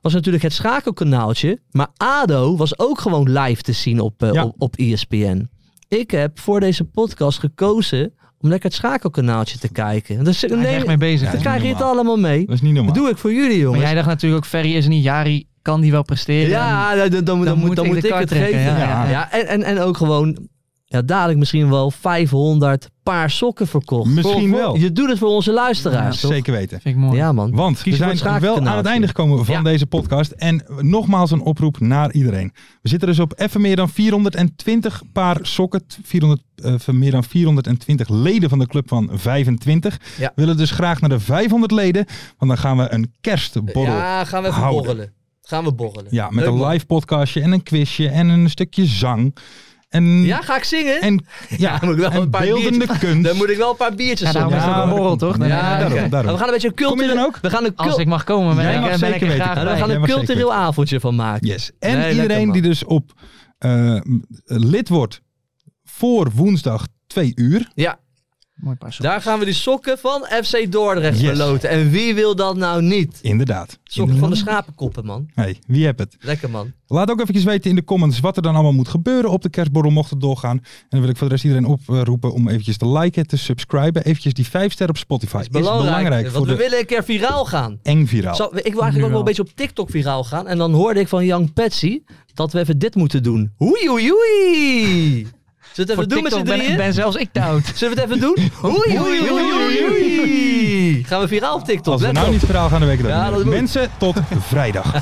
S8: was natuurlijk het schakelkanaaltje, maar ADO was ook gewoon live te zien op, eh,
S7: Ja.
S8: op, op ESPN. Ik heb voor deze podcast gekozen om lekker het schakelkanaaltje te kijken. Dus,
S9: Hij is
S8: nee,
S9: echt mee bezig.
S7: Ja,
S9: hè?
S8: dan
S7: niet
S8: krijg je het
S7: normaal.
S8: allemaal mee.
S7: Dat is niet normaal.
S8: Dat doe ik voor jullie,
S9: Maar
S8: jongens.
S9: jij dacht natuurlijk ook, Ferry is er niet. Jari kan die wel presteren. En-
S8: Ja, dan, dan, dan, moet- dan moet
S9: de
S8: ik
S9: kar
S8: het
S9: trekken,
S8: geven.
S9: ja,
S8: Ja,
S9: ja, ja.
S8: en, en, en ook gewoon ja, dadelijk misschien wel 500 paar sokken verkocht.
S7: Misschien
S8: Voor- voor-
S7: wel.
S8: Je doet het voor onze luisteraars, toch?
S7: zeker weten.
S9: Vind ik mooi.
S8: Ja, man.
S7: Want we
S8: Kies voor het
S7: zijn wel aan het
S8: schakelkanaaltje.
S7: einde gekomen van
S8: Ja.
S7: deze podcast. En nogmaals een oproep naar iedereen. We zitten dus op even meer dan 420 paar sokken. 400, eh, van meer dan 420 leden van de club van 25.
S8: Ja.
S7: We willen dus graag naar de 500 leden. Want dan gaan we een kerstborrel. Ja.
S8: Ja, gaan we even
S7: houden.
S8: borrelen. Gaan we borrelen.
S7: met
S8: Leuk,
S7: een
S8: man.
S7: live podcastje en een quizje en een stukje zang. En,
S8: Ja, ga ik zingen? [LAUGHS]
S7: en ja,
S8: moet ik wel
S7: en
S8: een paar
S7: beeldende
S8: biertjes-
S7: kunst.
S8: Dan moet ik wel een paar biertjes
S9: Ja, daarom
S8: op.
S9: is het ook een borrel,
S7: Ja,
S9: toch? Nee, nee, nee.
S7: daarom,
S8: oké.
S7: daarom.
S8: We gaan een beetje een
S7: Kom je
S8: cultureel...
S7: dan ook?
S8: We gaan een,
S9: Als
S8: cul-
S9: ik mag komen, ben,
S7: Jij
S9: ik- eh,
S7: mag
S9: ben
S7: zeker
S9: ik er
S7: weten.
S9: graag
S8: Ja,
S9: bij.
S8: we gaan
S7: Jij
S8: een
S7: mag
S8: cultureel
S7: zeker.
S8: avondje van maken.
S7: Yes. En
S8: Nee, lekker,
S7: iedereen
S8: man.
S7: die dus op eh, lid wordt voor woensdag 2 uur.
S8: Ja,
S9: Mooi paar sokken.
S8: daar gaan we die sokken van FC Dordrecht
S7: Yes.
S8: verloten. En wie wil dat nou niet?
S7: Inderdaad.
S8: Sokken van de schapenkoppen, man.
S7: Hey, wie hebt het?
S8: Lekker, man.
S7: Laat ook eventjes weten in de comments wat er dan allemaal moet gebeuren op de kerstborrel mocht het doorgaan. En dan wil ik voor de rest iedereen oproepen om eventjes te liken, te subscriben. Eventjes die 5 sterren op Spotify.
S8: Dat is belangrijk.
S7: voor
S8: want we
S7: de
S8: willen een keer viraal gaan.
S7: eng viraal.
S8: Zal- ik wil eigenlijk ook wel
S9: wel.
S8: een beetje op TikTok viraal gaan. En dan hoorde ik van Young Patsy dat we even dit moeten doen. Hoei, hoei, hoei. Zullen we het even
S9: Voor
S8: doen met z'n
S9: TikTok ben,
S8: drieën?
S9: ben zelfs ik te oud.
S8: Zullen we het even doen? Hoei, hoei, hoei, hoei, hoei. Gaan we viraal op TikTok.
S7: Als we
S8: let
S7: nou
S8: op.
S7: niet viraal gaan, dan weet ik dat
S8: Ja,
S7: niet.
S8: dat moet.
S7: Mensen,
S8: [LAUGHS]
S7: tot vrijdag.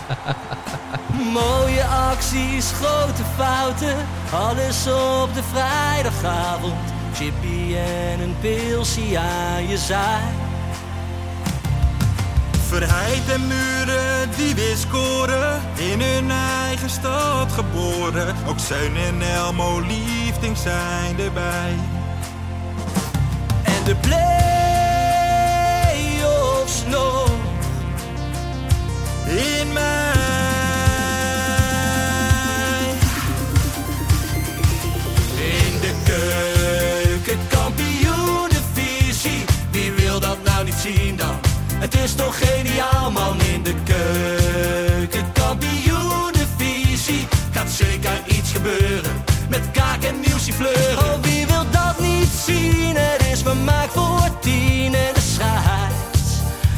S5: Mooie acties, grote fouten, alles op de vrijdagavond. Chippy en een pilsie aan je zaai.
S6: Verheid en muren die weer scoren, in hun eigen stad geboren. Ook Zijn en Elmo liefding zijn erbij.
S5: En de play-offs nog
S6: In mij.
S5: in de keuken, kampioen de nou zien dan. Het is toch geniaal man in de keuken. Kampioenenvisie gaat zeker iets gebeuren. Met kaak en nieuwsie fleuren. Oh wie wil dat niet zien? Het is vermaakt voor tien en de scheids.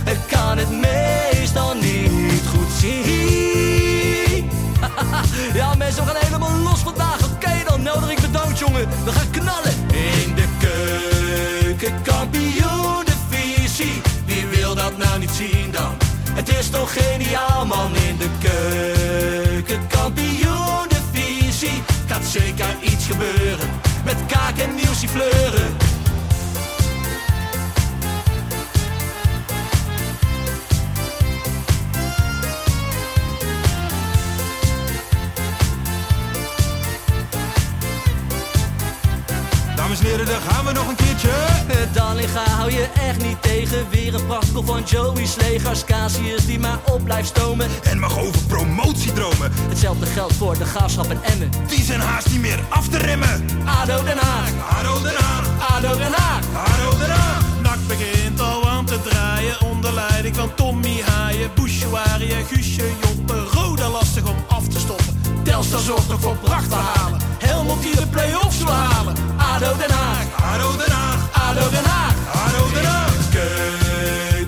S5: Ik kan het meestal niet goed zien. Ja, mensen, we gaan helemaal los vandaag. Oké, dan nodig ik bedankt, jongen. We gaan knallen. In de keuken, kampioen, de visie. Wie wil dat nou niet zien dan? Het is toch geniaal, man. In de keuken, kampioen, de visie. Gaat zeker iets gebeuren. Met kaak en nieuwsie fleuren. [LAUGHS]
S6: Dames en heren, daar gaan we nog een keertje.
S5: Dallinga hou je echt niet tegen. Weer een prachtkel van Joey's legers. Casius die maar op blijft stomen.
S6: En mag over promotie dromen.
S5: Hetzelfde geldt voor de gaafschap en Emmen.
S6: Die zijn haast niet meer af te remmen.
S5: ADO Den Haag.
S6: Haro Den Haag,
S5: ADO Den Haag.
S6: Haro Den Haag.
S12: Nak begint al aan te draaien onder leiding van Tommy Haaien, Bouchoirie, Guusje, Joppe. Roda lastig om af te stoppen.
S5: Telstar zorgt nog voor pracht te halen. Helmond die de play-offs wil halen. ADO Den Haag.
S6: Haro Den Haag,
S5: ADO Den Haag.
S6: Haro Den Haag.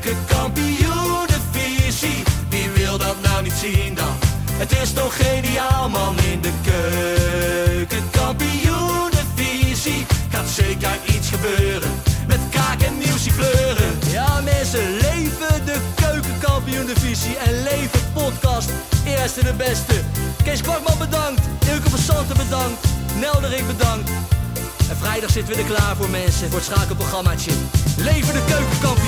S5: Keukenkampioenenvisie. Wie wil dat nou niet zien dan? Het is toch geniaal man in de keukenkampioenenvisie. Gaat zeker iets gebeuren. Met kaak en nieuwsie fleuren. Ja mensen, leven de keukenkampioenenvisie. En leven podcast. Eerste de beste. Kees Kwakman bedankt. Ilke van Santen bedankt. Nelderik bedankt. En vrijdag zitten we er klaar voor mensen. Voor het schakelprogrammaatje. Leven de keukenkampioen.